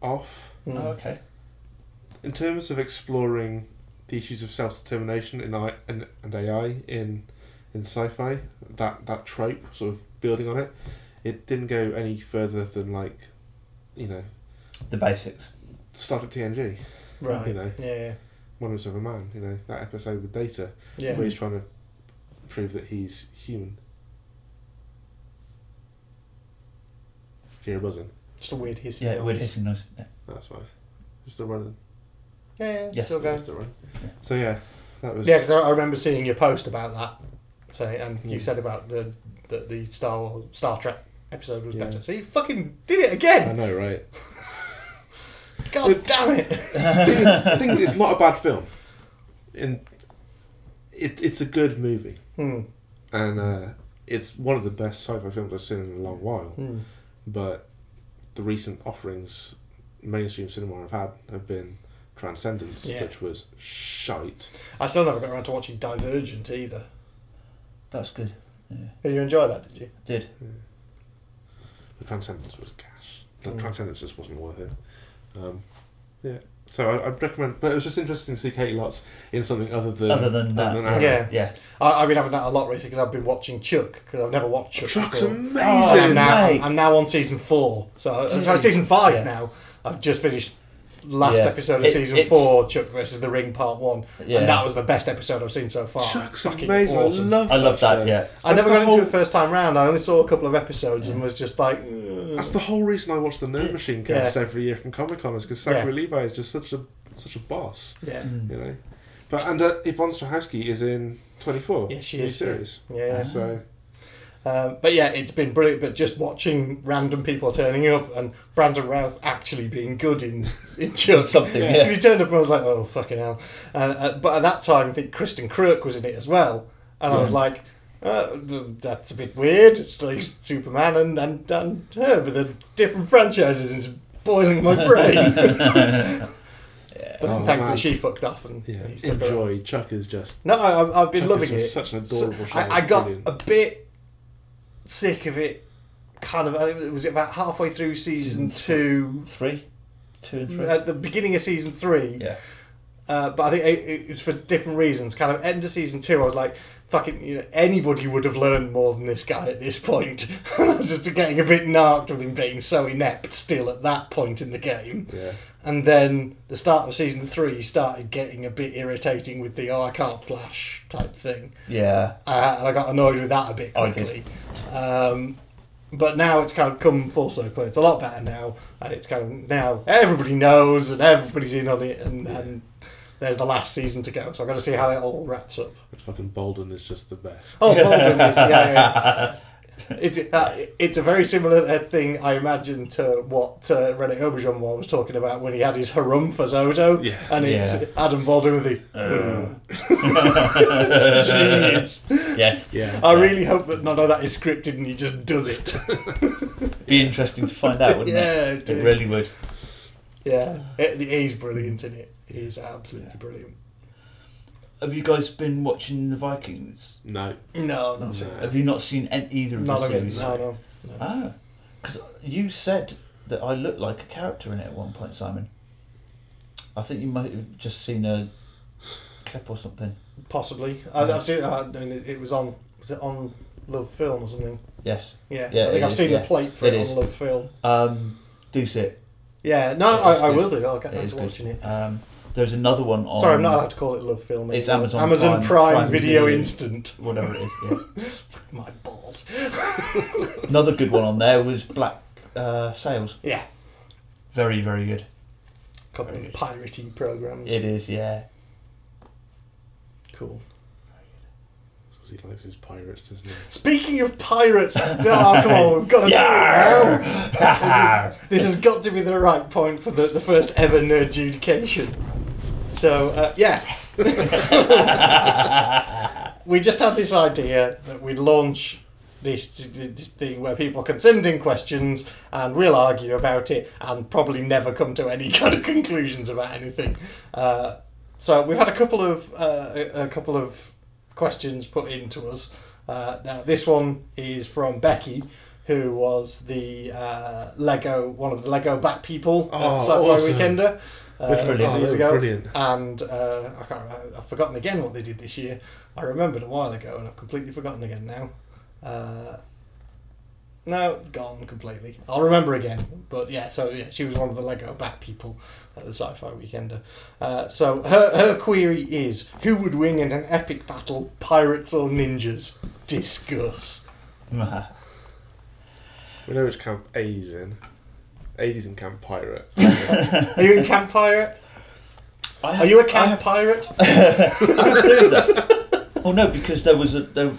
off Mm. Oh, okay. in terms of exploring the issues of self determination in I and, and AI in in sci-fi. That that trope, sort of building on it, it didn't go any further than like, you know, The basics. start at TNG Right. You know. Yeah, Wonders of a Man. You know that episode with Data. yeah. where he's trying to prove that he's human. Hear a buzzing. Just a weird hiss. Yeah, it would noise. hissing noise. Yeah. That's why. Still running. Yeah, yeah, Yes. still going. Still running. Yeah. So yeah, that was. Yeah, because I, I remember seeing your post about that. Say, and Yeah. you said about the that the Star Wars, Star Trek episode was Yeah. better. So you fucking did it I again. know, right? God damn it. thing is, the thing is, it's not a bad film, and it it's a good movie, Hmm. and uh, it's one of the best sci-fi films I've seen in a long while. Hmm. But the recent offerings mainstream cinema have had have been Transcendence, Yeah. which was shite. I still never got around to watching Divergent either. That's good. You enjoy that, did you? Did. The Transcendence was cash. The Mm. Transcendence just wasn't worth it. Um, yeah. So I, I'd recommend, but it was just interesting to see Katie Lotz in something other than Other than that. Arrow. Yeah. Yeah. I, I've been having that a lot recently because I've been watching Chuck because I've never watched Chuck. Truck's before. amazing. Oh, And I'm now, Mate. I'm now on season four. So, uh, so season five Yeah. now. I've just finished last Yeah. episode of It- season it's- four, Chuck versus the Ring, part one, Yeah. and that was the best episode I've seen so far. Chuck's Fucking amazing. awesome. I love. I love that, show. yeah. I That's never the got whole- into it first time round. I only saw a couple of episodes and was just like, That's the whole reason I watch the Nerd Machine Yeah. cast every year from Comic Con is because Zachary Yeah. Levi is just such a such a boss, yeah, you know. But and uh, Yvonne Strahovski is in Twenty Four. Yeah, she new is, yeah. Uh-huh. Series. yeah. So Um, but yeah, it's been brilliant. But just watching random people turning up and Brandon Routh actually being good in in Chuck. Something, yeah. 'Cause he turned up and I was like, oh fucking hell. Uh, uh, but at that time, I think Kristen Crook was in it as well, and I was like, uh, that's a bit weird. It's like Superman and and, and her, but the different franchises is boiling my brain. But Oh, thankfully, man. she fucked off and yeah, he stuck around. enjoy. Chuck is just No, I, I've- I've been Chuck is loving just it. such an So- adorable show. I, I got Brilliant. a bit sick of it. Kind of, I think it was about halfway through season two, Three? Two and three? at the beginning of season three. yeah. Uh, but I think it, it was for different reasons. Kind of end of season two, I was like, fucking you know, anybody would have learned more than this guy at this point. I was just getting a bit narked with him being so inept still at that point in the game. Yeah. And then the start of season three started getting a bit irritating with the oh I can't flash type thing, Yeah. uh, and I got annoyed with that a bit Oh, I did. quickly. Um, but now it's kind of come full circle. It's a lot better now, and it's kind of now everybody knows and everybody's in on it, and, and there's the last season to go. So I've got to see how it all wraps up. But fucking Bolden is just the best. Oh, Baldwin is, yeah, yeah. It's, uh, it's a very similar uh, thing, I imagine, to what uh, René Auberjonois was talking about when he had his harum for Zozo, Yeah. and it's Yeah. Adam Baldwin with the Uh. It's genius. Yes. Yeah. I Yeah. really hope that none of that is scripted and he just does it. Be interesting to find out, wouldn't Yeah, it? it did. It really would. yeah, it, he's brilliant in it. He's absolutely brilliant. Have you guys been watching the Vikings? No. No, not so. No. Have you not Mm. seen an- either of Not the again. series? No, no. Ah, because you said that I looked like a character in it at one point, Simon. I think you might have just seen a clip or something. Possibly. I, I've seen. uh, I mean, it, it was on. Was it on Love Film or something? Yes. Yeah, I Yeah, think it I've is, seen yeah. the plate for It it, is. on Love Film. Um, Deuce it. Yeah, no, Yeah, it's I, I good. will do. I'll get It back is to watching good. it. Um, there's another one on. Sorry, I'm not allowed to call it Love Film. It's anymore. Amazon Amazon Prime- Prime, Prime Video Video. Instant. Whatever it is. Yeah. My balls. another good one on there was Black uh, Sails. Yeah, Very, very good. couple of piratey programs. It is. Yeah. Cool. Because he likes his pirates, doesn't he? Speaking of pirates, oh, come on, we've got to do it now. Yeah. This has got to be the right point for the, the first ever nerd adjudication. So, uh, yeah. we just had this idea that we'd launch this, this thing where people can send in questions and we'll argue about it and probably never come to any kind of conclusions about anything. Uh, so we've had a couple of uh, a a couple of questions put in to us. Uh, now this one is from Becky, who was the uh, Lego one of the Lego back people Oh, at Sci-Fi awesome. Weekender. Uh, Which were a few brilliant. years Oh, they ago. were brilliant. And uh, I can't remember, I've forgotten again what they did this year. I remembered a while ago and I've completely forgotten again now. Uh, no, it's gone completely. I'll remember again. But yeah, so yeah, she was one of the Lego back people at the Sci-Fi Weekender. Uh, so her, her query is, who would win in an epic battle, pirates or ninjas? Discuss. We know which camp A's in. A's in camp pirate. Are you in camp pirate? I Are you a have- I camp have- pirate? Oh no, because there was a there,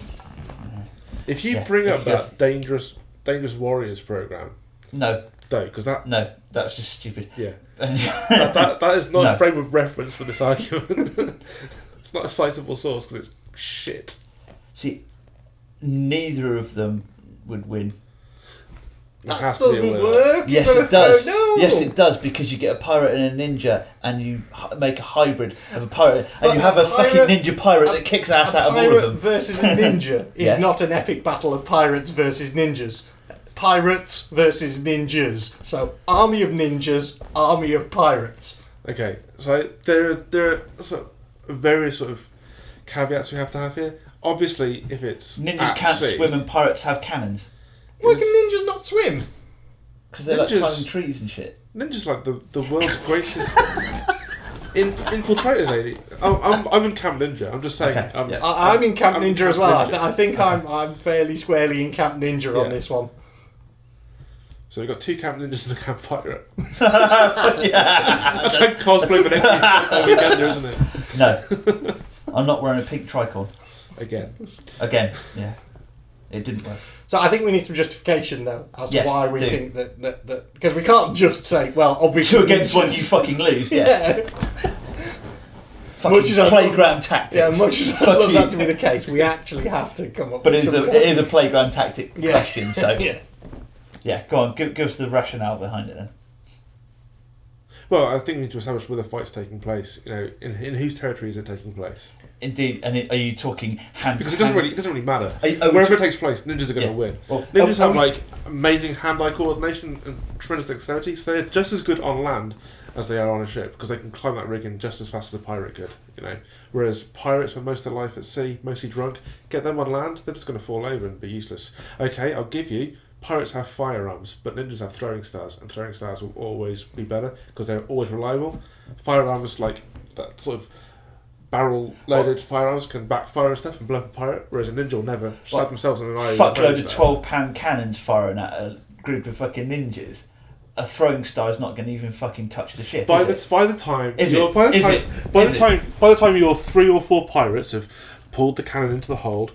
If you Yeah, bring if up you go that dangerous dangerous warriors program, no though, because that Mm. no that's just stupid. yeah And- that, that, that is not No. a frame of reference for this argument. it's not a citable source because it's shit. See, neither of them would win. It That has to be doesn't a winner. work. Yes, You've got it to does. throw- No. Yes, it does because you get a pirate and a ninja, and you h- make a hybrid of a pirate, and you have a, a pirate- fucking ninja pirate a- that kicks ass a out of all pirate of them. versus a ninja is Yes. not an epic battle of pirates versus ninjas. Pirates versus ninjas. So army of ninjas, army of pirates. Okay, so there are there are sort of various sort of caveats we have to have here. Obviously, if it's Ninjas at can't sea- swim, and pirates have cannons Why can ninjas not swim? because they like Ninjas- climbing trees and shit. Ninjas like the, the world's greatest in, infiltrators, Amy. I'm, I'm, I'm in Camp Ninja. I'm just saying. um, Okay, I'm, yeah. I, I'm in Camp Uh, I'm Ninja Camp as well. Ninja. I, Uh-huh. th- I think I'm I'm fairly squarely in Camp Ninja on Yeah. this one. So we've got two Camp Ninjas and a Camp Pirate. yeah. That's like cosplay for next weekend, isn't it? No, I'm not wearing a pink tricorn Again. again. Yeah, it didn't work. So I think we need some justification though as to Yes, why we do. think that that that because we can't just say well obviously Two against one, you ninjas- fucking lose. Yeah, yeah. fucking Much as I- playground tactics. Yeah, much as I'd Fuck love you. that to be the case, we actually have to come up But with it is, some a, it is a playground tactic Yeah. question, so yeah. yeah. go on, give, give us the rationale behind it then. Well, I think we need to establish where the fight's taking place. You know, in, in whose territory is it taking place? Indeed, and it, are you talking hand Because it doesn't really it doesn't really matter. Are you- oh, Wherever it so- takes place, ninjas are going Yeah. to win. Well, ninjas oh, have oh, like amazing hand-eye coordination and tremendous dexterity, so they're just as good on land as they are on a ship because they can climb that rigging just as fast as a pirate could, you know. Whereas pirates spend most of their life at sea, mostly drunk. Get them on land, they're just going to fall over and be useless. Okay, I'll give you. Pirates have firearms, but ninjas have throwing stars, and throwing stars will always be better because they're always reliable. Firearms like that sort of barrel loaded firearms can backfire and stuff and blow up a pirate, whereas a ninja will never stab Like, themselves in an eye. with a throwing Fuckload of star. twelve pound cannons firing at a group of fucking ninjas. A throwing star is not going to even fucking touch the ship. By is the it? by the time Is you're- it? by the Is time it? by Is the it? time by the time your three or four pirates have pulled the cannon into the hold,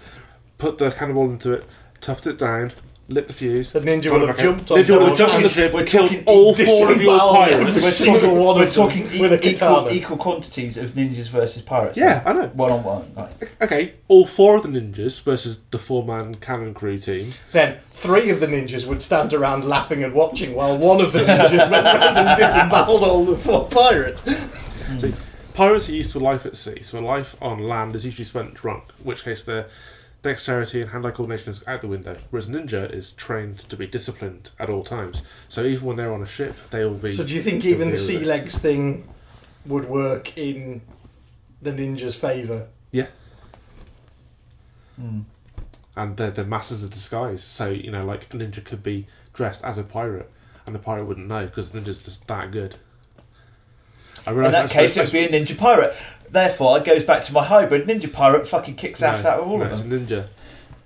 put the cannonball into it, toughed it down, lit the fuse. The ninja gone would have back out. jumped on Ninja would have board jumped on the and ship. we're killed talking all four of your disemboweled every pirates. single talking- one We're of them talking e- with a equal, katana. equal quantities of ninjas versus pirates. Yeah, though. I know. One on one. Like, Okay, all four of the ninjas versus the four-man cannon crew team. Then three of the ninjas would stand around laughing and watching while one of the ninjas went round and disemboweled all the four pirates. See, pirates are used to life at sea, so a life on land is usually spent drunk, in which case their dexterity and hand-eye coordination is out the window. Whereas ninja is trained to be disciplined at all times, so even when they're on a ship, they will be. So do you think even the deal sea with it. legs thing would work in the ninja's favour? Yeah. Hmm. And they're, they're masters of disguise. So, you know, like a ninja could be dressed as a pirate and the pirate wouldn't know because the ninja's just that good. I in realise that that's case, it that's- would be a ninja pirate. Therefore, it goes back to my hybrid ninja pirate. Fucking kicks no, ass out of all no, of it's them. a ninja.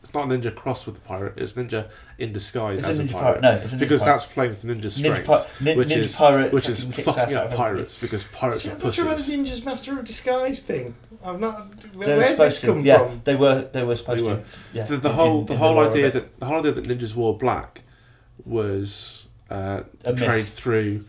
It's not a ninja crossed with a pirate, it's ninja in disguise It's a as a, ninja pirate. pirate, no, it's a ninja because pirate. that's playing with the ninja's Ninja strength. pi- nin- which ninja is, pirate which is fucking kicks fucking ass out up of pirates because pirates See, are I'm not sure whether pussies. the ninja's master of disguise thing. I've not. Where, They were where's this supposed to. come Yeah, from? they were. They were supposed They were. to. Yeah, The, the in- whole in- the in whole lore of idea it. that the whole idea that ninjas wore black was uh, A myth. trained through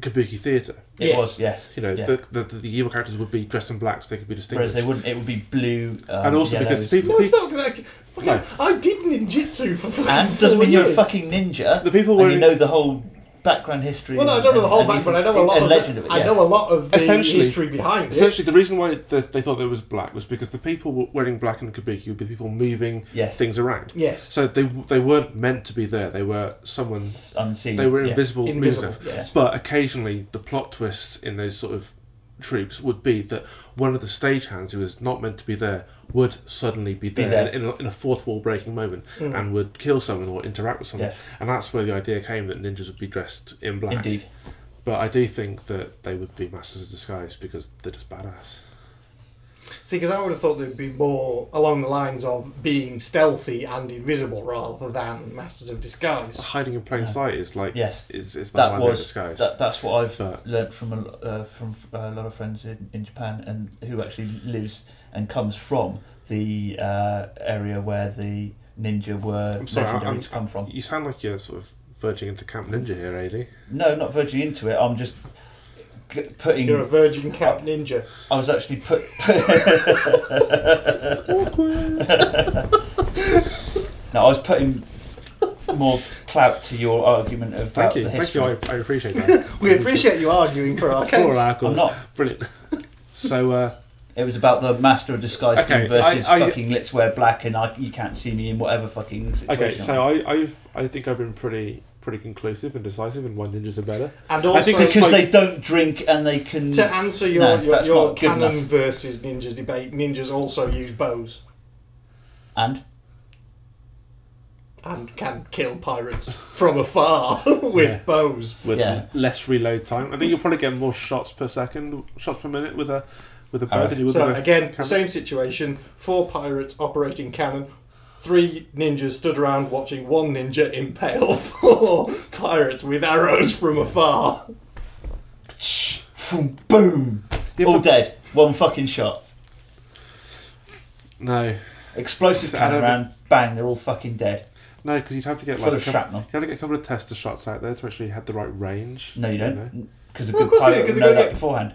kabuki theatre. it Yes. was yes. You know, Yeah. the, the, the evil characters would be dressed in black so they could be distinguished. Whereas they wouldn't. It would be blue. Um, And also yellows. because the people- No, it's not exactly. Fucking, No. I did ninjutsu for fucking and doesn't four mean you're a years. fucking ninja. The people and wearing- you know the whole background history. Well, no, I and- don't know the whole and background. I even- know a lot. and Of legend the, of it. I yeah. know a lot of the Essentially- history behind it. Essentially, the reason why they, they thought it was black was because the people wearing black in kabuki would be people moving Yes. things around. Yes. So they they weren't meant to be there. They were someone. It's unseen. They were yeah. invisible. Invisible, moving stuff. yes. But occasionally, the plot twists in those sort of troops would be that one of the stagehands who was not meant to be there would suddenly be there, there. Hmm. In, in, a, in a fourth wall breaking moment and would kill someone or interact with someone. Yes. And that's where the idea came that ninjas would be dressed in black. Indeed. But I do think that they would be masters of disguise because they're just badass. See, because I would have thought there'd be more along the lines of being stealthy and invisible rather than masters of disguise. Hiding in plain sight is like Yes. is, is the That land of was disguise. that, that's what I've But- learnt from a, lo- uh, from a lot of friends in, in Japan and who actually lives and comes from the uh, area where the ninja were I'm sorry, I- legendary I'm- to come from. You sound like you're sort of verging into Camp Ninja here, AD. No, not verging into it. I'm just g- putting. You're a virgin cat ninja. I was actually put. no, I was putting more clout to your argument about Thank you, the thank history. you. I, I appreciate that. We appreciate you arguing for our Four case. articles. I'm not. Brilliant. So, uh, It was about the master of disguise Okay, thing versus I- I- fucking let's wear black and I, you can't see me in whatever fucking situation. okay, so I, I've, I think I've been pretty, pretty conclusive and decisive in why ninjas are better. And I think also, it's because they don't drink and they can. to answer your, No, your, that's your not good canon enough. versus ninjas debate, ninjas also use bows And and can kill pirates from afar with Yeah. bows. With Yeah. less reload time, I think you'll probably get more shots per second, shots per minute with a, with a bow Alright. than you would So with a again, cannon. same situation. Four pirates operating cannon. Three ninjas stood around watching one ninja impale four pirates with arrows from afar. Boom, boom, Yeah, all but- dead. One fucking shot. No, Explosive Just add cannon a bit- round, bang, they're all fucking dead. no, because you'd have to get Full like a of couple, shrapnel. You have to get a couple of tester shots out there to actually have the right range. No, you you know? don't. Because Well, a of good course they do, pirate 'cause would they're know gonna that get- beforehand.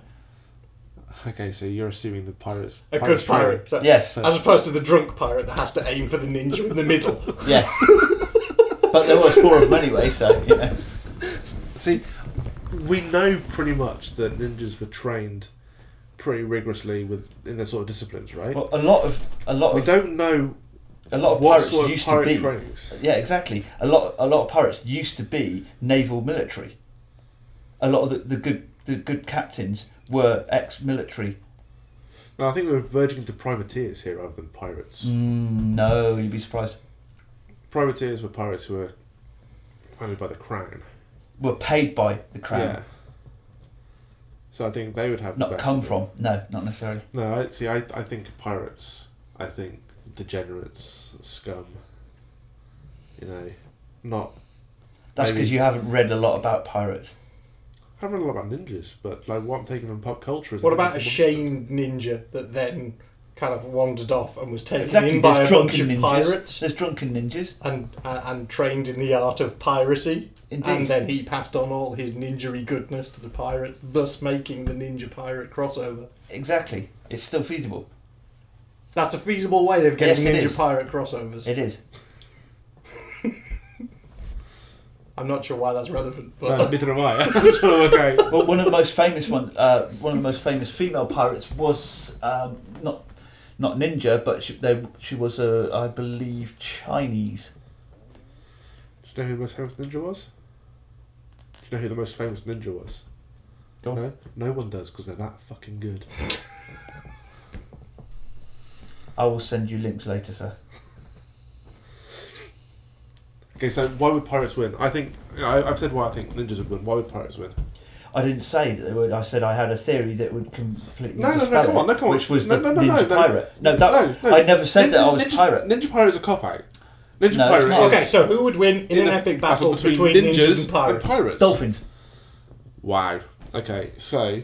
Okay, so you're assuming the pirates. A pirates good pirate. So- Yes, So- As opposed to the drunk pirate that has to aim for the ninja in the middle. yes. but there was four of them anyway, so you know. See, we know pretty much that ninjas were trained pretty rigorously with in their sort of disciplines, right? Well, a lot of a lot we of don't know a lot of what pirates sort of used pirate to be. trainings. Yeah, exactly. A lot a lot of pirates used to be naval military. a lot of the, the good the good captains were ex-military. No, I think we're verging into privateers here rather than pirates. Mm, no, you'd be surprised. Privateers were pirates who were funded by the crown. Were paid by the crown, Yeah. So I think they would have the not best come of it. from. No, not necessarily. No, I, see, I, I think pirates. I think degenerates, scum. You know, not. That's Maybe. because you haven't read a lot about pirates. I haven't read a lot about ninjas, but like what I'm taking from pop culture is. What like, about a this is- shamed ninja that then kind of wandered off and was taken Exactly. in by a There's bunch drunken of ninjas. pirates There's drunken ninjas. and uh, and trained in the art of piracy? Indeed. And then he passed on all his ninjery goodness to the pirates, thus making the ninja pirate crossover. Exactly. It's still feasible. That's a feasible way of getting Yes, it ninja is. pirate crossovers. It is. I'm not sure why that's relevant, but No, neither am I. I'm trying to work out. Well, one of the most famous one, uh, one of the most famous female pirates was um, not not ninja, but she, they, she was a, I believe, Chinese. Do you know who the most famous ninja was? Do you know who the most famous ninja was? Go on. No, no one does because they're that fucking good. I will send you links later, sir. Okay, so why would pirates win? I think you know, I, I've said why I think ninjas would win. Why would pirates win? I didn't say that they would. I said I had a theory that would completely No, no, no, dispel come it, on, no, come on. which was No, the no, no, no, ninja no. pirate. No, that No, no. I never said that I was ninja, pirate. Ninja pirate is a cop out. Ninja No, it's pirate. not. is okay. So who would win in, in an a epic battle, between, ninjas, and pirates? Dolphins. Wow. Okay, so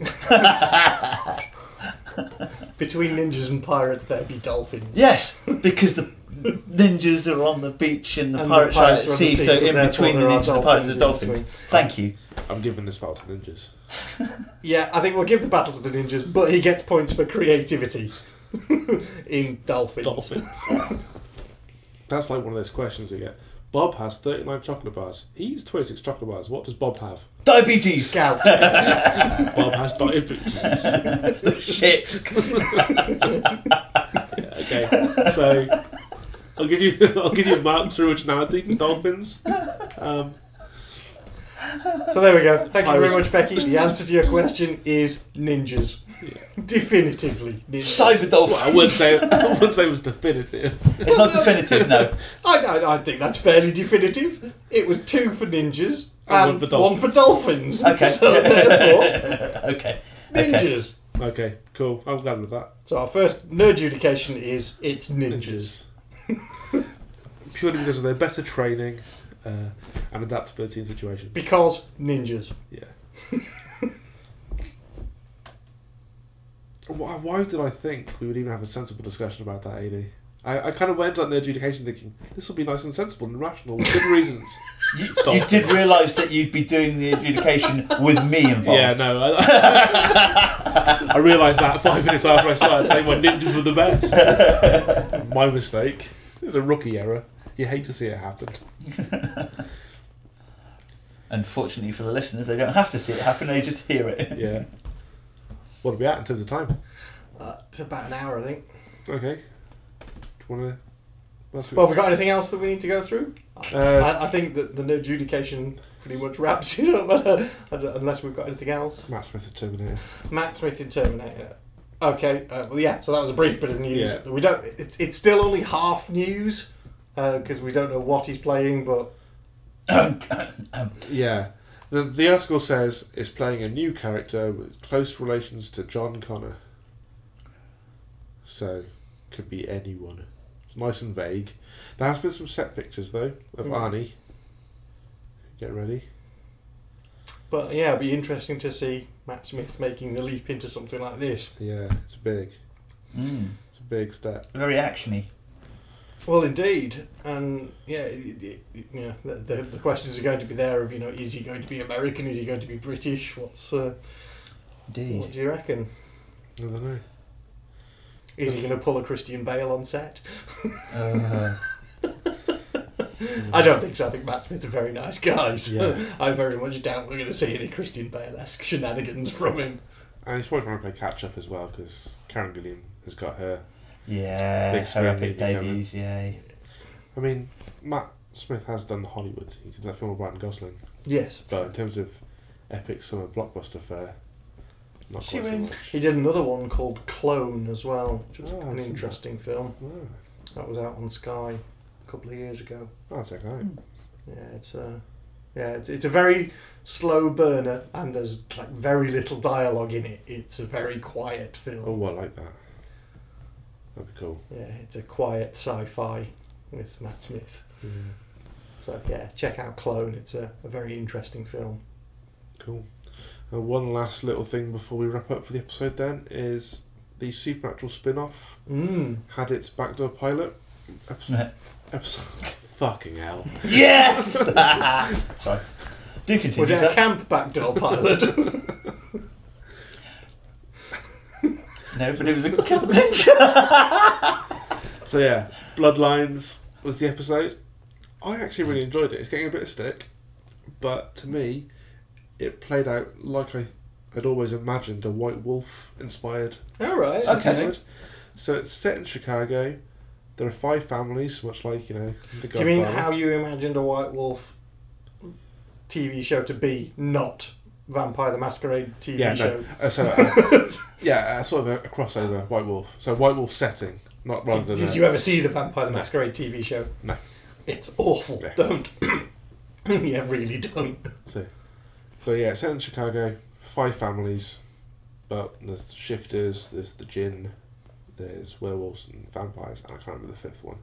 Between ninjas and pirates, there'd be dolphins. Yes, because the ninjas are on the beach and the And the pirates, pirates are are at on the sea. sea, so so in therefore between the there are ninjas, the pirates, and the dolphins in dolphins. between. Thank you. I'm giving this battle to ninjas. Yeah, I think we'll give the battle to the ninjas, but he gets points for creativity in dolphins. That's like one of those questions we get. Bob has 39 chocolate bars. He's 26 chocolate bars. What does Bob have? Diabetes. Scout. Bob has diabetes. yeah, Shit. okay, so I'll give you I'll give you marks for originality for dolphins. Um, so there we go. Thank you very Pirates. much, Becky. The answer to your question is ninjas. yeah. Definitively ninjas. Cyber dolphin. Well, I wouldn't say I wouldn't say it was definitive. It's not definitive, no. I, I, I think that's fairly definitive. It was two for ninjas And and, one for one dolphins. for dolphins. Okay. So therefore, Okay. Okay. ninjas. Okay, cool. I'm glad with that. So our first nerd adjudication is it's ninjas. Purely because of their better training uh, and adaptability in situations. Because ninjas. Yeah. why, why did I think we would even have a sensible discussion about that, AD? I, I kind of went on the adjudication thinking this will be nice and sensible and rational with good reasons. You, you did realise that you'd be doing the adjudication with me involved. Yeah, no. I, I realised that five minutes after I started saying my ninjas were the best. my mistake. It was a rookie error. You hate to see it happen. Unfortunately for the listeners, they don't have to see it happen, they just hear it. Yeah. What are we at in terms of time? Uh, it's about an hour, I think. Okay. Do you want to? Well, have we got anything else that we need to go through? I- Uh, I, I think that the nerd adjudication pretty much wraps it up, I don't- unless we've got anything else. Matt Smith the Terminator. Matt Smith in Terminator. Okay, uh, well, yeah. So that was a brief bit of news. Yeah. We don't. It's it's still only half news because we don't know what he's playing, but Hmm. Yeah. The, the article says it's playing a new character with close relations to John Connor. So, could be anyone. It's nice and vague. There has been some set pictures, though, of Hmm. Arnie. Get ready. but yeah, it'd be interesting to see Matt Smith making the leap into something like this. Yeah, it's big. Mm, It's a big step. very actiony. Well, indeed, and yeah, it, it, it- you know, the, the, the questions are going to be there of you know, is he going to be American? Is he going to be British? What's uh, what Indeed. do you reckon? I don't know. Is he going to pull a Christian Bale on set? Uh, I don't think so. I think Matt Smith's a very nice guy. So Yeah. I very much doubt we're going to see any Christian Bale-esque shenanigans from him. And he's probably trying to play catch up as well because Karen Gilliam has got her. yeah, Big screen her epic movie coming. debuts, yay. I mean, Matt Smith has done the Hollywood. He did that film with Ryan Gosling. Yes. But in terms of epic summer blockbuster fair. Not She quite so wins. much. He did another one called Clone as well, which was Oh, I've an seen that. interesting film. Oh, That was out on Sky a couple of years ago. I'll check that out. Yeah, it's a yeah, it's, it's a very slow burner, and there's like very little dialogue in it. It's a very quiet film. Oh, I like that. That'd be cool. Yeah, it's a quiet sci-fi with Matt Smith. So yeah, check out Clone. It's a, a very interesting film. Cool. And one last little thing before we wrap up for the episode then is the Supernatural spin off Mm. had its backdoor pilot. Episode. episode fucking hell. Yes! Sorry. Do continue. Was it a sir. camp backdoor pilot? No, but it was a convention. So yeah, Bloodlines was the episode. I actually really enjoyed it. It's getting a bit of stick, but to me, it played out like I had always imagined a White Wolf inspired All right. Okay. would. So it's set in Chicago. There are five families, much like you know. The Do you mean Godfather. how you imagined a White Wolf TV show to be, not Vampire the Masquerade TV Yeah, show? no. Uh, so uh, yeah, uh, sort of a, a crossover White Wolf. So White Wolf setting, not rather than. Did a- you ever see the Vampire the Masquerade TV show? No. It's awful. Yeah. Don't. yeah, really don't. So, so yeah, it's set in Chicago, five families, but there's shifters, there's the gin, there's werewolves and vampires, and I can't remember the fifth one.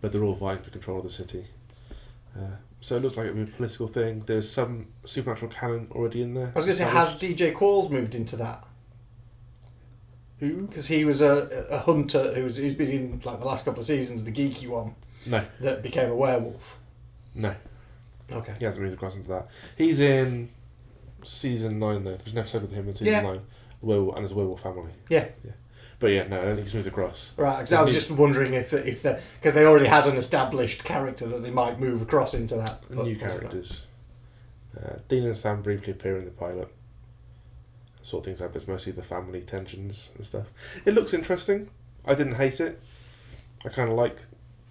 But they're all vying for control of the city. Uh, so it looks like it'd be a political thing. There's some supernatural canon already in there. I was going to say, has DJ Qualls moved into that? Who? Because he was a, a hunter who's, who's been in like the last couple of seasons, the geeky one No, that became a werewolf. no, Okay. he hasn't moved across into that. He's in season nine though. There's an episode with him in season Yeah. nine. Werewolf and his werewolf family. Yeah. But yeah, no, I don't think he's moved across. Right, because I was just wondering if if the because they already had an established character that they might move across into that. but new possibly not. characters. Uh, Dean and Sam briefly appear in the pilot. Sort things out, but it's mostly the family tensions and stuff. It looks interesting. I didn't hate it. I kind of like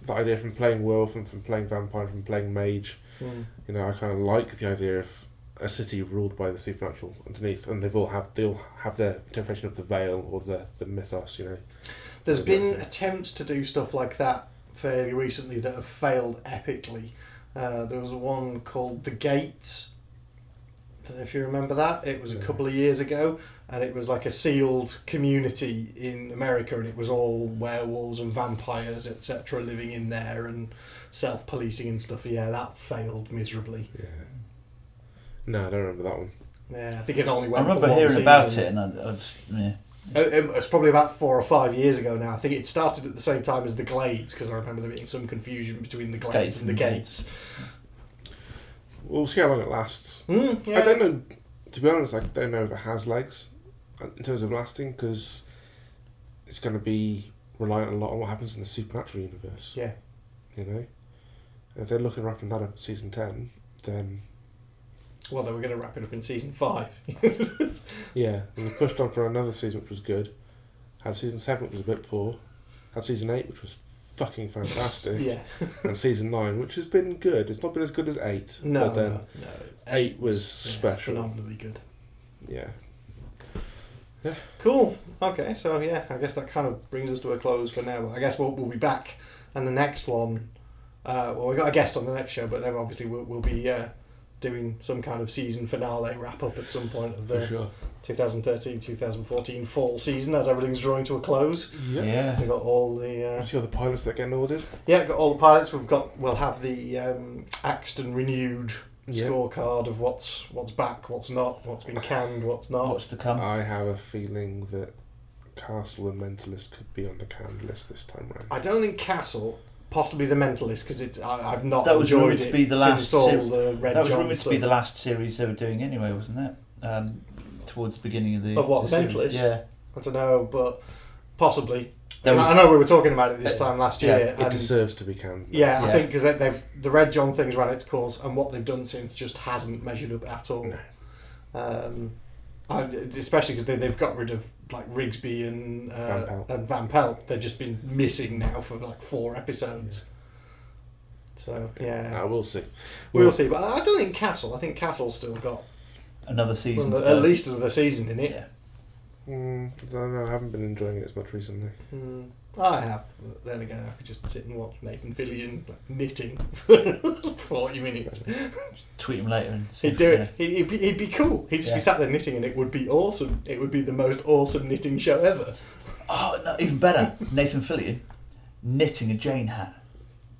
the idea from playing werewolf and from playing vampire and from playing mage. Mm. You know, I kind of like the idea of a city ruled by the supernatural underneath, and they've all have they all have their interpretation of the veil or the the mythos. You know, There's Yeah. been attempts to do stuff like that fairly recently that have failed epically. Uh, there was one called The Gates. don't know if you remember that. It was a No. couple of years ago, and it was like a sealed community in America, and it was all werewolves and vampires, etc., living in there and self policing and stuff. Yeah, that failed miserably. yeah. No, I don't remember that one. Yeah, I think it only I went. remember for one hearing season. about it and I, I was. Yeah. Uh, It was probably about four or five years ago now. I think it started at the same time as the Glades because I remember there being some confusion between the Glades Gates and the and Gates. We'll see how long it lasts. Mm, yeah. I don't know. To be honest, I don't know if it has legs uh, in terms of lasting because it's going to be reliant a lot on what happens in the supernatural universe. Yeah. You know, if they're looking wrapping that up at season ten, then Well, they were going to wrap it up in season five. yeah, and they pushed on for another season which was good. Had season seven which was a bit poor. Had season eight which was fucking fantastic. yeah. And season nine which has been good. It's not been as good as eight. No, But then no, no. eight was Yeah, special. Phenomenally good. Yeah. Cool. Okay, so yeah, I guess that kind of brings us to a close for now. I guess we'll, we'll be back, and the next one, uh, well, we've got a guest on the next show, but then obviously we'll, we'll be uh, doing some kind of season finale wrap up at some point of For the sure. 2013 2014 fall season as everything's drawing to a close. Yeah. We've got all the uh, See all the pilots that are getting ordered. yeah, we've got all the pilots. We've got we'll have the um, Axton renewed Yeah. scorecard of what's what's back, what's not, what's been canned, what's not. What's to come? I have a feeling that Castle and Mentalist could be on the canned list this time round. I don't think Castle, possibly the Mentalist, because it's I, I've not That was enjoyed rumoured to it be the since last all series. the Red That was John rumoured to stuff. be the last series they were doing anyway, wasn't it? Um, towards the beginning of the Of what, the the series. Mentalist? Yeah. I don't know, but possibly. There I was, know we were talking about it this Uh, time last yeah, year, It and deserves to be canned. Yeah, I Yeah. think because they've the Red John thing's ran its course, and what they've done since just hasn't measured up at all. Um, I, especially because they, they've got rid of like Rigsby and uh, Van Pelt. and Van Pelt. They've just been missing now for like four episodes. So yeah, I will see. Uh, we'll see. But I don't think Castle. I think Castle's still got another season. Well, to go. at least another season in it. yeah. Mm, I don't know, I haven't been enjoying it as much recently. Mm, I have. But then again, I could just sit and watch Nathan Fillion like, knitting for 40 minutes. Tweet him later and see. He'd if- do yeah. it. He'd, he'd, be, he'd be cool. He'd just Yeah. be sat there knitting and it would be awesome. It would be the most awesome knitting show ever. Oh, no, even better. Nathan Fillion knitting a Jane hat.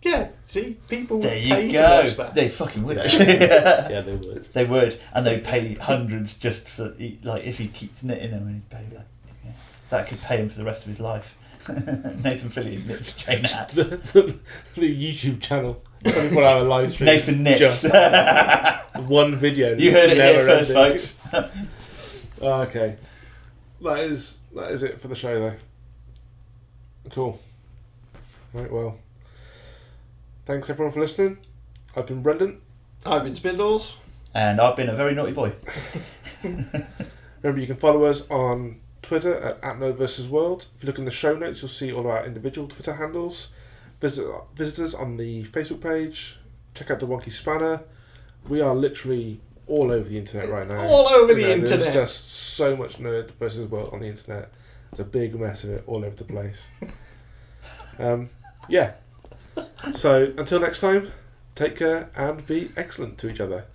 Yeah, see, people would There you pay to go. watch that. They fucking would actually. Yeah. Yeah, they would. They would, and they pay hundreds just for e- like if he keeps knitting them, and he'd pay like yeah. that could pay him for the rest of his life. Nathan Fillion knits Jane hats. the, the, the YouTube channel, 24 hour live stream. Nathan knits. Just you one video. heard it here Never first, ending. folks. Okay, that is that is it for the show though. Cool. Right, well, thanks everyone for listening. I've been Brendan. I've been Spindles. And I've been a very naughty boy. Remember, you can follow us on Twitter at, at No versus World. If you look in the show notes, you'll see all our individual Twitter handles. Visit, visit us on the Facebook page. Check out the Wonky Spanner. We are literally all over the internet right now. All over the there's internet. just so much nerd versus world on the internet. It's a big mess of it all over the place. um, yeah. So until next time, take care and be excellent to each other.